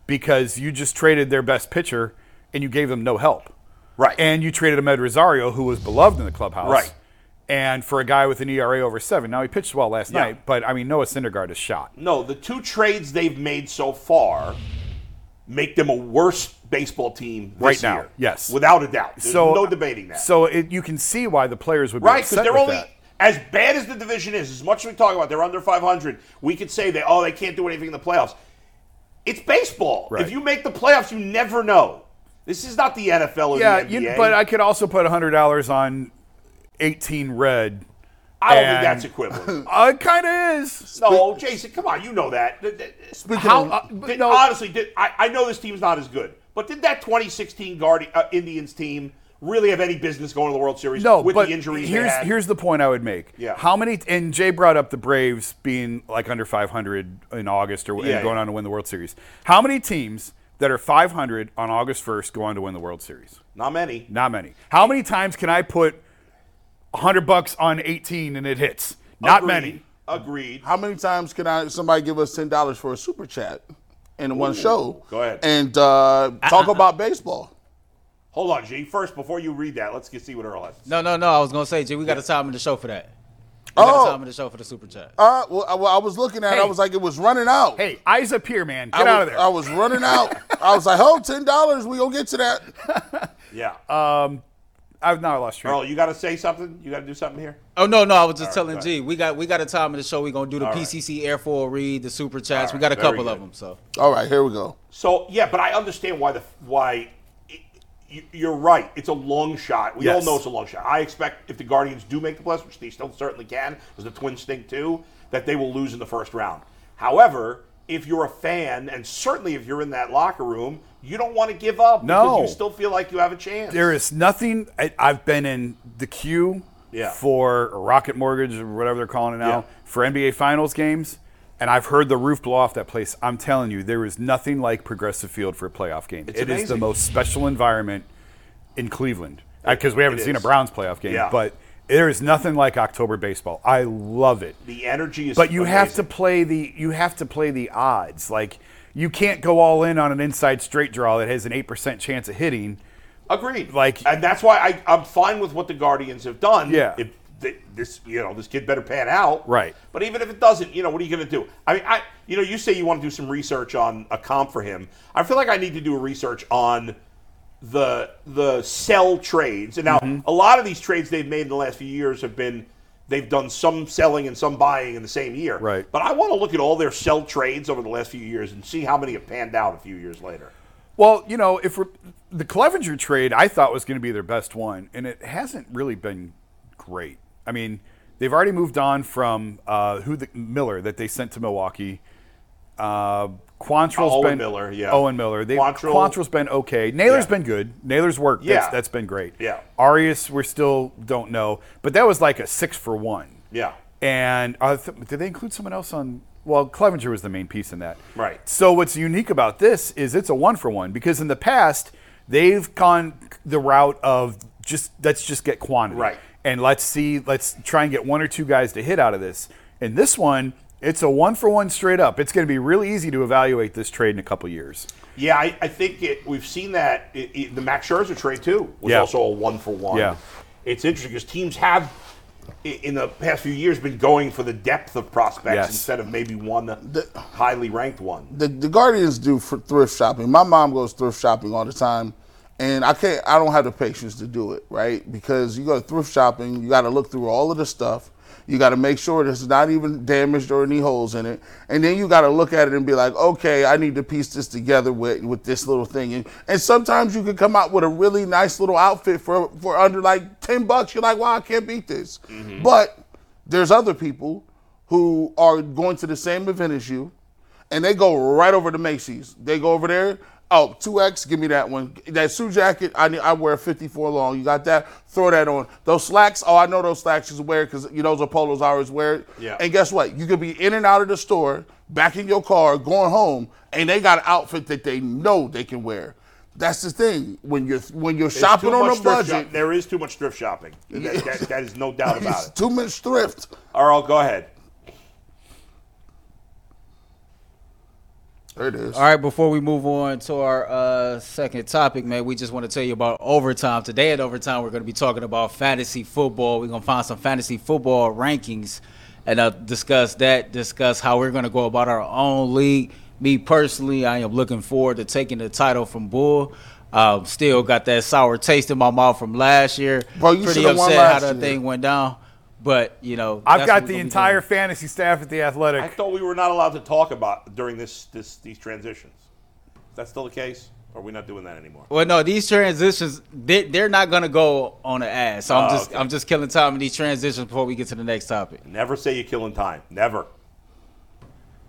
because you just traded their best pitcher, and you gave them no help. Right. And you traded Ahmed Rosario, who was beloved in the clubhouse. Right. And for a guy with an ERA over seven, now he pitched well last Yeah. night, but I mean Noah Syndergaard is shot. No, the two trades they've made so far make them a worse baseball team this Right now, year. yes. without a doubt. There's So no debating that. So it, you can see why the players would be right, because upset they're with only that. as bad as the division is. As much as we talk about, they're under 500. We could say that oh, they can't do anything in the playoffs. It's baseball. Right. If you make the playoffs, you never know. This is not the NFL or Yeah, the you, NBA. but I could also put hundred dollars on eighteen red. I don't think and- that's equivalent. Uh, it kind of is. No, Jason, come on, you know that. Th- th- How, of- uh, but did- no. honestly, did, I, I know this team's not as good, but did that 2016 Guardi- uh, Indians team really have any business going to the World Series No, with but the injuries here's they had? here's the point I would make. Yeah. How many? And Jay brought up the Braves being like under 500 in August or and Yeah, going yeah. on to win the World Series. How many teams that are 500 on August 1st go on to win the World Series? not many. Not many. How many times can I put 100 bucks on 18 and it hits? Not Agreed. many. Agreed. How many times can I somebody give us ten dollars for a super chat? in one show. Go ahead. And uh, talk about baseball. Hold on, G. First, before you read that, let's get, see what Earl has. No, no, no. I was gonna say, G, we got a time in the show for that. We got a Oh, time in the show for the super chat. uh, well, I, well, I was looking at it. I Hey. was like, it was running out. Hey, eyes up here, man. Get I out was, of there. I was running out. I was like, oh, $10. we going to get to that. Yeah. Uh, I've not lost track. Earl, you got to say something? You got to do something here? Oh no, no, I was just telling go G, we got we got a time in the show. We're gonna do the All right. PCC Air Force read, the super chats. we right, got a very couple of good. them. So All right, here we go. So yeah, but I understand why the why y- y- you're right. It's a long shot. We all Yes. know it's a long shot. I expect if the Guardians do make the playoffs, which they still certainly can, because the Twins think too, that they will lose in the first round. However, if you're a fan, and certainly if you're in that locker room, you don't want to give up No. because you still feel like you have a chance. There is nothing. I, I've been in the queue Yeah. for Rocket Mortgage or whatever they're calling it now Yeah. for NBA Finals games, and I've heard the roof blow off that place. I'm telling you, there is nothing like Progressive Field for a playoff game. It's the amazing. most special environment in Cleveland because we haven't it seen a is. Browns playoff game, Yeah. but there is nothing like October baseball. I love it the energy is. but you have to amazing. play the you have to play the odds like you can't go all in on an inside straight draw that has an 8% chance of hitting Agreed. Like- and that's why I, I'm fine with what the Guardians have done. Yeah. If th- this, you know, this kid better pan out. Right. But even if it doesn't, you know, what are you going to do? I mean, I, you know, you say you want to do some research on a comp for him. I feel like I need to do research on the the sell trades. And now Mm-hmm. a lot of these trades they've made in the last few years have been they've done some selling and some buying in the same year. Right. But I want to look at all their sell trades over the last few years and see how many have panned out a few years later. well you know if we're, the clevenger trade i thought was going to be their best one and it hasn't really been great i mean they've already moved on from uh, who the miller that they sent to milwaukee uh, Quantrill's Owen been Miller, yeah. Owen Miller. They, Quantrill- Quantrill's been okay. Naylor's Yeah. been good. Naylor's worked. Yeah. That's, that's been great. Yeah. Arias, we still don't know, but that was like a six for one. Yeah. And uh, th- did they include someone else on? Well, Clevenger was the main piece in that. Right. So what's unique about this is it's a one for one because in the past they've gone the route of just let's just get quantity. Right. And let's see, let's try and get one or two guys to hit out of this. And this one, it's a one for one straight up. It's going to be really easy to evaluate this trade in a couple years. Yeah, I, I think it, we've seen that. It, it- the Max Scherzer trade too was Yeah. also a one for one. Yeah. it's interesting because teams have i- in the past few years been going for the depth of prospects Yes. instead of maybe one highly ranked one. the, the Guardians do for thrift shopping. My mom goes thrift shopping all the time, and I can't. I don't have the patience to do it, right? Because you go thrift shopping, you got to look through all of the stuff. You got to make sure there's not even damaged or any holes in it, and then you got to look at it and be like, okay, I need to piece this together with with this little thing. And, and sometimes you can come out with a really nice little outfit for for under like ten bucks. You're like, wow, I can't beat this. But there's other people who are going to the same event as you and they go right over to Macy's. They go over there. Oh, 2X, give me that one. That suit jacket, I need, I wear a 54 long. You got that? Throw that on. Those slacks, oh, I know those slacks is wear because you know those are polos I always wear. Yeah. And guess what? You could be in and out of the store, back in your car, going home, and they got an outfit that they know they can wear. That's the thing. When you're when you're shopping Too on much a thrift shop- budget, there is too much thrift shopping. That, that- that is no doubt about it's it. too much thrift. Earl, go ahead. There it is. All right, before we move on to our uh, second topic, man, we just want to tell you about overtime. Today at overtime, we're going to be talking about fantasy football. We're going to find some fantasy football rankings and uh, discuss that, discuss how we're going to go about our own league. Me personally, I am looking forward to taking the title from Bull. Um, still got that sour taste in my mouth from last year. Bro, you Pretty should've won upset last how that year. thing went down. But, you know, I've that's what got we're the gonna be entire doing. fantasy staff at the Athletic. I thought we were not allowed to talk about during this, this these transitions. Is that still the case? Or are we not doing that anymore? Well, no, these transitions they, they're not gonna go on the ass. So I'm Oh, just okay. I'm just killing time in these transitions before we get to the next topic. Never say you're killing time. Never.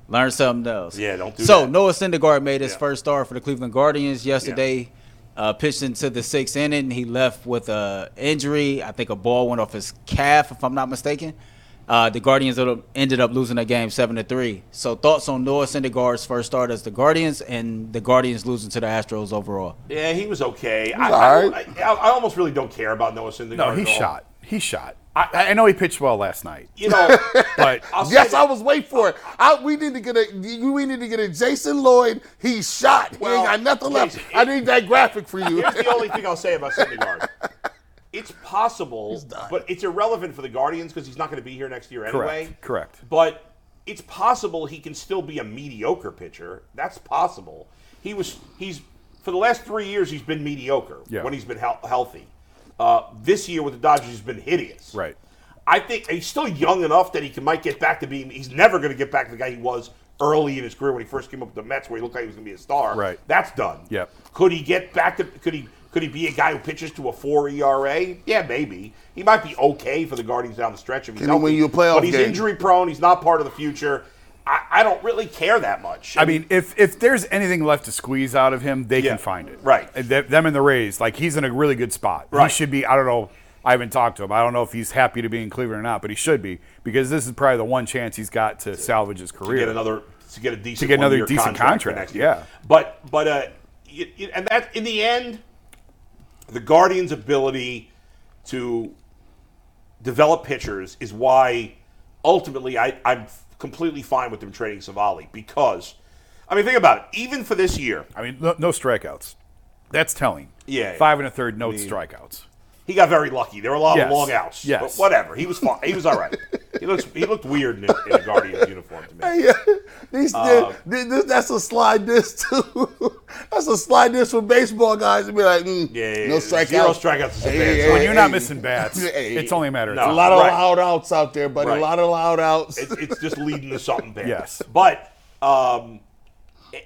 Learn something else. Yeah, don't do so that. Noah Syndergaard made his Yeah. first start for the Cleveland Guardians yesterday. Uh, pitched into the sixth inning. He left with a injury. I think a ball went off his calf, if I'm not mistaken. Uh, the Guardians ended up- ended up losing the game seven to three. So thoughts on Noah Syndergaard's first start as the Guardians and the Guardians losing to the Astros overall? Yeah, he was okay. I, all I- right. I, I, almost really don't care about Noah Syndergaard. no, he at all. shot. He He shot. I, I know he pitched well last night, You know, but I'll say Yes, that- I was waiting for it. I, we need to get a you- we need to get a Jason Lloyd. He shot. he Well, ain't got nothing left. Jason- I need that graphic for you. Here's the only thing I'll say about Syndergaard. It's possible, but it's irrelevant for the Guardians because he's not going to be here next year Correct, anyway. correct. But it's possible he can still be a mediocre pitcher. That's possible. He was he's for the last three years he's been mediocre Yeah. when he's been hel- healthy. Uh, this year with the Dodgers he's been hideous. Right. I think he's still young enough that he can might get back to being. He's never going to get back to the guy he was early in his career when he first came up with the Mets, where he looked like he was going to be a star. Right. That's done. Yep. Could he get back to? Could he? Could he be a guy who pitches to a four ERA? Yeah, maybe. He might be okay for the Guardians down the stretch if he's Can he win healthy, you a playoff But he's game? injury prone. He's not part of the future. I, I don't really care that much. I mean, if if there's anything left to squeeze out of him, they Yeah, can find it. right. And th- them and the Rays, like he's in a really good spot. Right. He should be. I don't know. I haven't talked to him. I don't know if he's happy to be in Cleveland or not, but he should be because this is probably the one chance he's got to salvage his career. to get another to get a decent To get another one-year decent contract, for contract, next year. yeah. But but uh, y y and that in the end, the Guardians' ability to develop pitchers is why ultimately I, I'm completely fine with them trading Savali because I mean think about it. Even for this year, I mean, no, no strikeouts. That's telling. Yeah. Five and a third, no strikeouts. he got very lucky. There were a lot of Yes. long outs. Yes. But whatever. He was fine. He was all right. he looks he looked weird in, a- in a Guardians uniform to me. Yeah, these, Uh, th- th- that's a slide diss too. that's a slide diss for baseball guys to be like, mm, Yeah, yeah, no yeah. strikeouts, Zero strikeouts is a bad yeah, sign. When yeah, you're not yeah. missing bats, Hey. it's only a matter of No. A time. lot of Right. loud outs out there, buddy. Right. A lot of loud outs. it's, it's just leading to something bad. Yes. But um, e-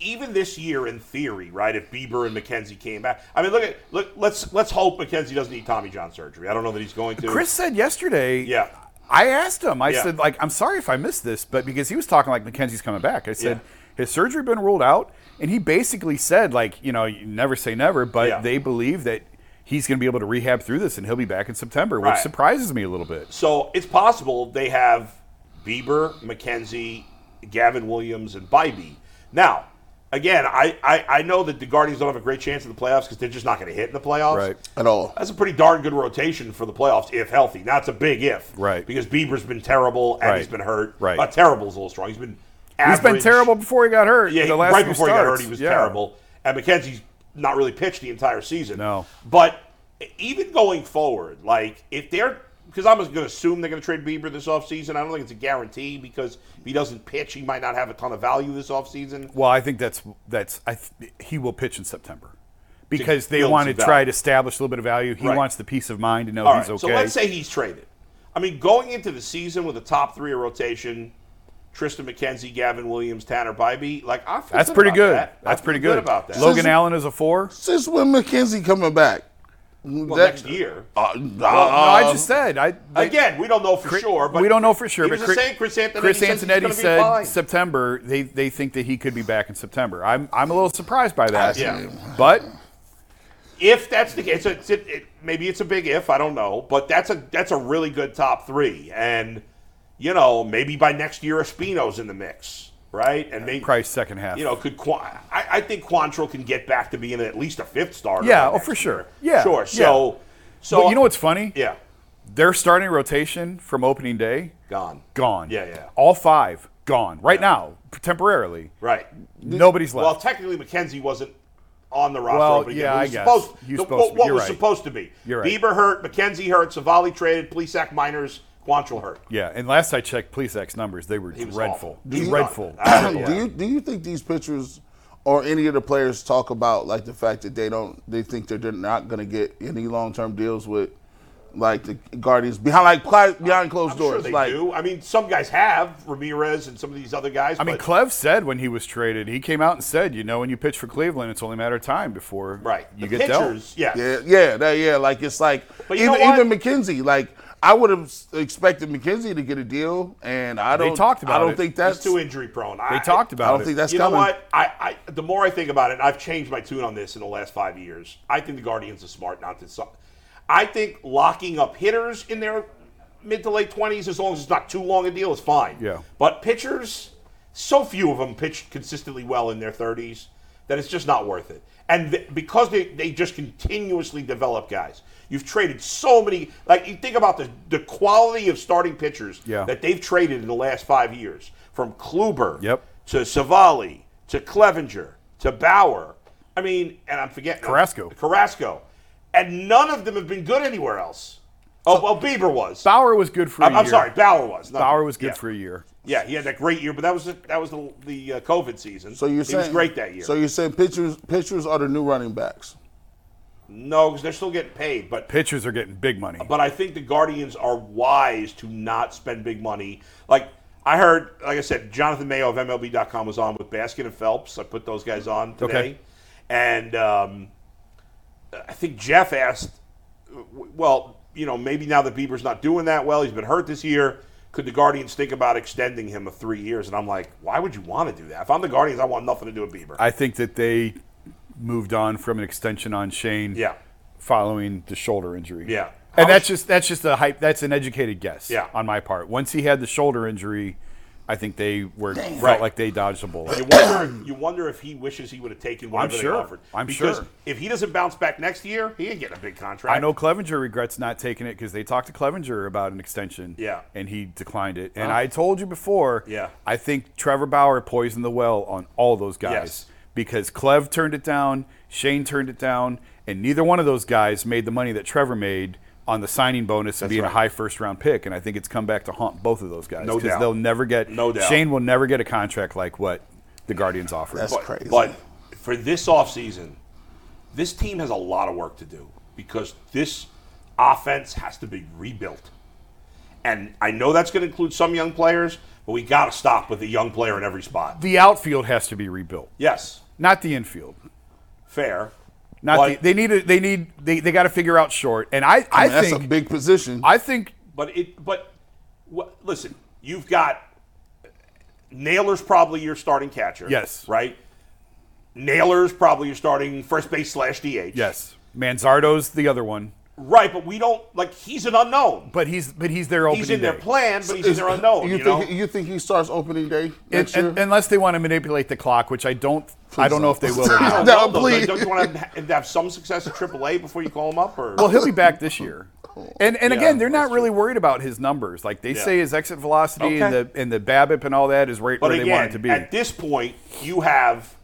even this year, in theory, right? If Bieber and McKenzie came back, I mean, look at look. Let's let's hope McKenzie doesn't need Tommy John surgery. I don't know that he's going to. Chris said yesterday. Yeah. I asked him. I Yeah. said, like, I'm sorry if I missed this, but because he was talking like McKenzie's coming back, I said Yeah. his surgery been ruled out, and he basically said like, you know, you never say never, but Yeah. they believe that he's going to be able to rehab through this, and he'll be back in September, Right. which surprises me a little bit. So it's possible they have Bieber, McKenzie, Gavin Williams, and Bybee. Now, again, I, I, I know that the Guardians don't have a great chance in the playoffs because they're just not going to hit in the playoffs. Right. At all. That's a pretty darn good rotation for the playoffs if healthy. Now, it's a big if. Right. Because Bieber's been terrible and he's Right. been hurt. Right. Uh, terrible's a little strong. He's been average. He's been terrible before he got hurt. Yeah, the last right few before he got hurt, starts. he was Yeah. terrible. And McKenzie's not really pitched the entire season. No. But even going forward, like if they're because I'm going to assume they're going to trade Bieber this offseason. I don't think it's a guarantee because if he doesn't pitch, he might not have a ton of value this offseason. Well, I think that's that's I th- he will pitch in September because they build want to some value. try to establish a little bit of value. He Right. wants the peace of mind to know All right, he's okay. so let's say he's traded. I mean, going into the season with a top three rotation, Tristan McKenzie, Gavin Williams, Tanner Bybee, like I feel that's good pretty about good. that. I That's feel pretty good. about that. Logan Since- Allen is a four. Since when McKenzie coming back? Well, next year. Uh, Well, no, I uh, just said I they- um, Again, we don't know for Chris- sure. But we don't know for sure. He but was just Chris, saying Chris Antonetti, Chris says he's Antonetti gonna be said fine. September. They they think that he could be back in September. I'm I'm a little surprised by that. Yeah. But if that's the case, it's it, it, maybe it's a big if. I don't know, but that's a that's a really good top three, and you know maybe by next year Espino's in the mix, right? And maybe Price second half. you know could Quan, I, I think Quantrill can get back to being at least a fifth starter. Yeah, by oh, next for sure. year. Yeah, sure. So so But you know what's funny? yeah Their starting rotation from opening day gone gone. Yeah, yeah. All five gone right now temporarily. right. Nobody's left. Well, technically McKenzie wasn't. On the roster, Well, opening day. yeah, He I was guess. supposed, He was the- supposed to what, be. what You're was right. supposed to be. You're right. Bieber hurt, McKenzie hurt, Savali traded, Plesac minors, Quantrill hurt. yeah, and last I checked, Plesak's numbers they were was dreadful, awful. He was dreadful. awful. I- do you do you think these pitchers or any of the players talk about like the fact that they don't they think that they're not going to get any long term deals with like the Guardians behind like cli- behind closed I'm doors? sure they like, do. I mean, some guys have Ramirez and some of these other guys. I mean, but- Clev said when he was traded, he came out and said, you know, when you pitch for Cleveland, it's only a matter of time before right? you the get pitchers, dealt. yeah. Yeah, yeah, that, yeah. Like it's like But you know even what? even McKenzie. Like I would have s- expected McKenzie to get a deal, and I They don't. talked about I don't it. think He's that's. too injury prone. They talked I about don't it. think that's you know coming. what? I, I the more I think about it, and I've changed my tune on this in the last five years. I think the Guardians are smart not to. suck. I think locking up hitters in their mid to late twenties, as long as it's not too long a deal, is fine. Yeah. But pitchers, so few of them pitch consistently well in their thirties. that it's just not worth it. And th- because they, they just continuously develop guys, you've traded so many. Like you think about the the quality of starting pitchers Yeah. that they've traded in the last five years, from Kluber Yep. to Savali to Clevenger to Bauer. I mean, and I'm forgetting Carrasco. Carrasco, and none of them have been good anywhere else. Oh, well, Bieber was. Bauer was good for. a I'm, I'm year. sorry, Bauer was. Not- Bauer was good yeah. for a year. Yeah, he had that great year, but that was the, that was the, the uh, COVID season. So he you're saying was great that year. So you're saying pitchers pitchers are the new running backs. no, because they're still getting paid, but Pitchers are getting big money. but I think the Guardians are wise to not spend big money. Like I heard, like I said, Jonathan Mayo of MLB.com was on with Baskin and Phelps. I put those guys on today, Okay. and um, I think Jeff asked, well, you know, maybe now that Bieber's not doing that well, he's been hurt this year. Could the Guardians think about extending him of three years? And I'm like, why would you want to do that? If I'm the Guardians, I want nothing to do with Bieber. I think that they moved on from an extension on Shane. Yeah. Following the shoulder injury. Yeah. And How that's much- just that's just a hype. That's an educated guess. Yeah. On my part, once he had the shoulder injury, I think they were felt Right. like they dodged a bullet. You wonder, you wonder if he wishes he would have taken whatever sure. they offered. I'm because sure. if he doesn't bounce back next year, he ain't getting a big contract. I know Clevenger regrets not taking it because they talked to Clevenger about an extension. Yeah. Uh-huh. And he declined it. And I told you before. Yeah. I think Trevor Bauer poisoned the well on all those guys Yes. because Clev turned it down, Shane turned it down, and neither one of those guys made the money that Trevor made on the signing bonus of being a high first round pick. And I think it's come back to haunt both of those guys No doubt. they'll never get. No doubt. Shane will never get a contract like what the Guardians offered. That's but, crazy. But for this offseason, this team has a lot of work to do because this offense has to be rebuilt. And I know that's going to include some young players, but we got to stop with a young player in every spot. the outfield has to be rebuilt, Yes, not the infield. fair. Not But- the, they need a, they need they, they got to figure out short. And I I, mean, think that's a big position. I think But it, but wh- listen, you've got Naylor's probably your starting catcher. Yes. right. Naylor's probably your starting first base slash DH. yes, Manzardo's the other one, right. But we don't like he's an unknown. but he's but he's their opening He's in their day. plan, but he's in Is- their unknown. You, know, think you think he starts opening day Un- next year? un- unless they want to manipulate the clock, which I don't. I don't know if they will. Or I not. don't No, know, though. please. Don't you want to have, have some success at AAA before you call him up? Or Well, he'll be back this year. And and again, they're that's not really worried about his numbers. Like they Yeah. say, his exit velocity and Okay. the and the BABIP and all that is right but where again, they want it to be. at this point, you have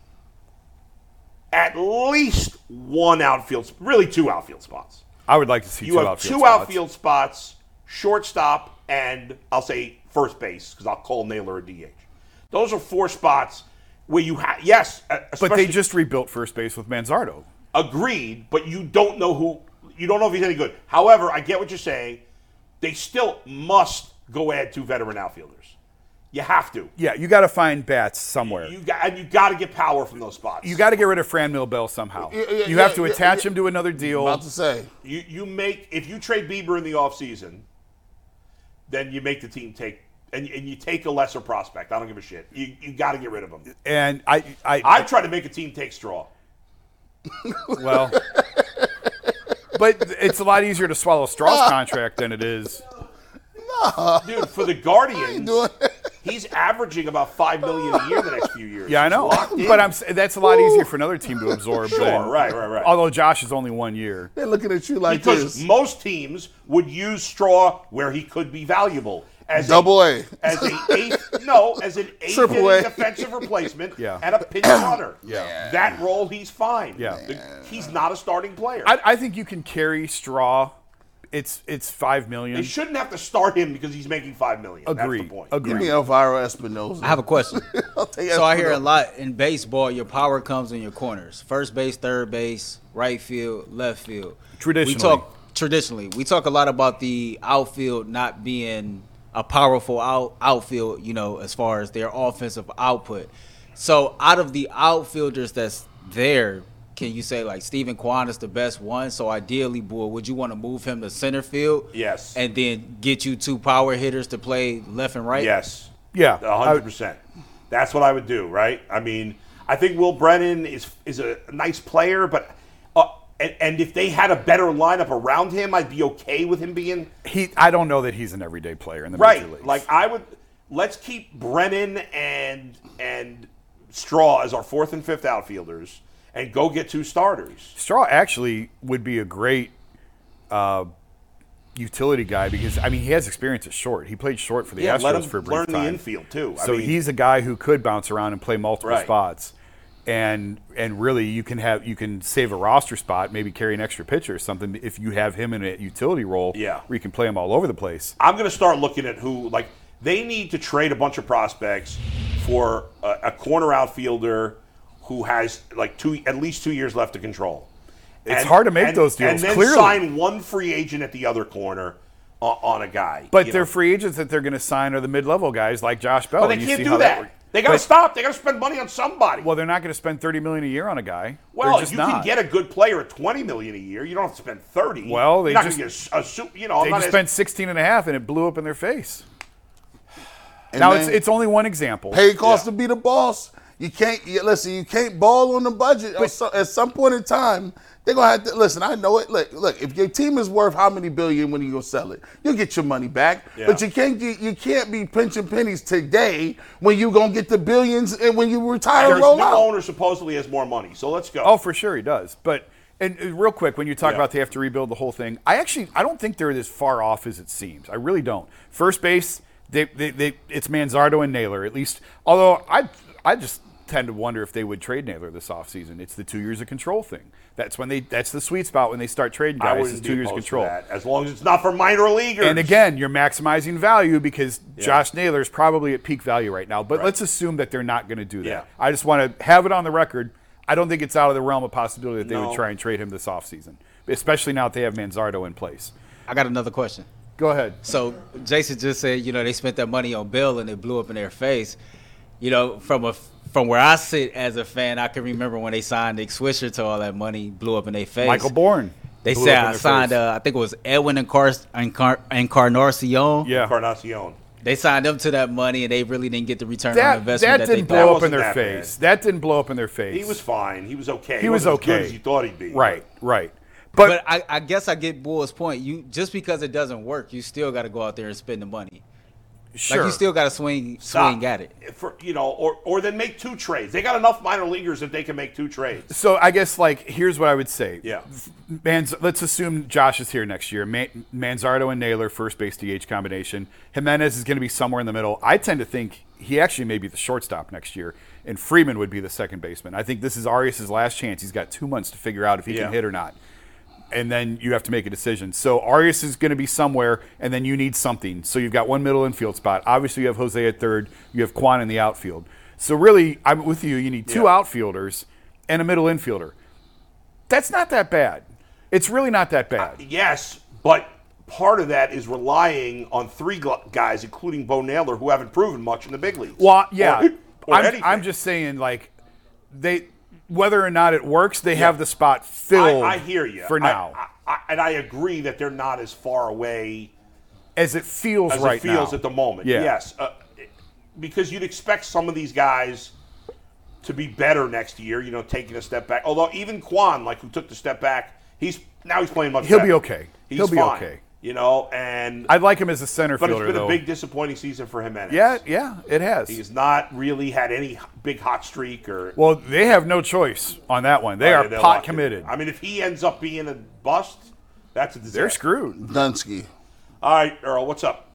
at least one outfield, really two outfield spots. I would like to see You two have outfield two spots. outfield spots, shortstop, and I'll say first base because I'll call Naylor a DH. Those are four spots where you have yes, uh, but they especially- just rebuilt first base with Manzardo. agreed, but you don't know who you don't know if he's any good. However, I get what you're saying. They still must go add two veteran outfielders. You have to. Yeah, you got to find bats somewhere. You got and you got to get power from those spots. You got to get rid of Fran Milbell somehow. Yeah, yeah, you have yeah, to yeah, attach yeah. him to another deal. About to say. you you make if you trade Bieber in the offseason, then you make the team take and, and you take a lesser prospect. I don't give a shit. You you got to get rid of him. and I, I, I try to make a team take straw. well, but it's a lot easier to swallow Straw's contract than it is. Dude, for the Guardians, doing he's averaging about five million a year the next few years. Yeah, I know. But I'm s- that's a lot easier for another team to absorb. Sure, than- right, right, right. Although Josh is only one year. They're looking at you like because this. most teams would use straw where he could be valuable as Double A. as a eighth no as an eighth Triple inning A. defensive replacement Yeah. and a pinch runner. Yeah. that role he's fine. Yeah. The- he's not a starting player. I, I think you can carry Straw. It's it's five million. they shouldn't have to start him because he's making five million. That's the Agree. point. Give me Agree. Elvira Espinosa. I have a question. take so I Espinoza. hear a lot in baseball. Your power comes in your corners: first base, third base, right field, left field. Traditionally. we talk traditionally. We talk a lot about the outfield not being a powerful out, outfield. You know, as far as their offensive output. So, out of the outfielders that's there, can you say like Stephen Kwan is the best one? So, ideally, boy, would you want to move him to center field? Yes. and then get you two power hitters to play left and right. Yes. Yeah, A I would- hundred percent. That's what I would do, right? I mean, I think Will Brennan is is a nice player, but uh, and, and if they had a better lineup around him, I'd be okay with him being He, I don't know that he's an everyday player in the major right. leagues. Like I would. Let's keep Brennan and and Straw as our fourth and fifth outfielders and go get two starters. Straw actually would be a great uh, utility guy because I mean he has experience at short. He played short for the Yeah, Astros let him for a brief learn time. the infield too. So I mean, he's a guy who could bounce around and play multiple Right. spots, and and really you can have you can save a roster spot, maybe carry an extra pitcher or something if you have him in a utility role. Yeah. where you can play him all over the place. I'm going to start looking at who like they need to trade a bunch of prospects for a, a corner outfielder who has like two at least two years left to control. It's hard to make those and deals, then clearly. sign one free agent at the other corner on, on a guy. But you their know. free agents that they're going to sign are the mid-level guys like Josh Bell. But Oh, they and you can't see do how that. works. they got to But- stop. They got to spend money on somebody. Well, they're not going to spend thirty million a year on a guy. They're Well, just you not. can get a good player at twenty million a year. You don't have to spend thirty. Well, they You're not just- gonna get a, su- you know. I'm They not just ask- spent 16 and a half and it blew up in their face. And Now then it's it's only one example. pay cost to be the boss. You can't you, listen. You can't ball on the budget. At so- at some point in time, they're gonna have to listen. I know it. Look, look. If your team is worth how many billion when you go sell it, you'll get your money back. But you can't get, you can't be pinching pennies today when you gonna get the billions and when you retire, There's roll new out. owner supposedly has more money. So let's go. Oh, for sure he does. But and uh, real quick, when you talk Yeah. about they have to rebuild the whole thing, I actually I don't think they're as far off as it seems. I really don't. First base, they, they, they it's Manzardo and Naylor at least. Although I I just tend to wonder if they would trade Naylor this offseason. It's the two years of control thing. That's when they that's the sweet spot when they start trading I guys. wouldn't Is be two years opposed to control. that, as long as it's not for minor leaguers. And again, you're maximizing value because Josh Naylor is probably at peak value right now. But let's assume that they're not going to do that. Yeah. I just want to have it on the record. I don't think it's out of the realm of possibility that they No. would try and trade him this offseason, especially now that they have Manzardo in place. I got another question. Go ahead. So Jason just said, you know, they spent that money on Bill and it blew up in their face. You know, from a from where I sit as a fan, I can remember when they signed Nick Swisher to all that money, blew up in their face. Michael Bourne. They blew said up in I their signed. face. Uh, I think it was Edwin and Car- Encar- Encarnacion. yeah. Encarnacion. They signed them to that money, and they really didn't get the return on that, that, investment that, they didn't thought. blow up in Wasn't their that bad. face. That didn't blow up in their face. He was fine. He was okay. He was wasn't As okay. good as you thought he'd be. right, right. But I, I guess I get Bull's point. You just because it doesn't work, you still got to go out there and spend the money. sure. Like you still got to swing Stop. swing at it. For, you know, or or then make two trades. They got enough minor leaguers that they can make two trades. So I guess like here's what I would say. Yeah. Manz- let's assume Josh is here next year. Man- Manzardo and Naylor first base DH combination. Jimenez is going to be somewhere in the middle. I tend to think he actually may be the shortstop next year, and Freeman would be the second baseman. I think this is Arias' last chance. He's got two months to figure out if he Yeah. can hit or not. And then you have to make a decision. So Arias is going to be somewhere, and then you need something. So you've got one middle infield spot. Obviously, you have Jose at third. You have Quan in the outfield. So really, I'm with you. You need two Yeah. outfielders and a middle infielder that's not that bad. It's really not that bad. Yes, but part of that is relying on three gl- guys, including Bo Naylor, who haven't proven much in the big leagues. Well, yeah. Or, or I'm, anything. I'm just saying, like, they whether or not it works, they have the spot filled. I, I hear you for I- now, I, I, and I agree that they're not as far away as it feels as right it feels now. at the moment. Yeah. Yes, uh, it- because you'd expect some of these guys to be better next year. You know, taking a step back. Although even Quan, like who took the step back, he's now he's playing much. He'll better. be okay. He's He'll be fine, okay. You know, and I'd like him as a center but it's fielder, been though. a big disappointing season for Jimenez. yeah, yeah, it has. he's not really had any big hot streak or. well, they have no choice on that one. They are Oh, they're pot locked in. committed. I mean, if he ends up being a bust, that's a disaster. They're screwed. Dunsky. All right, Earl, what's up?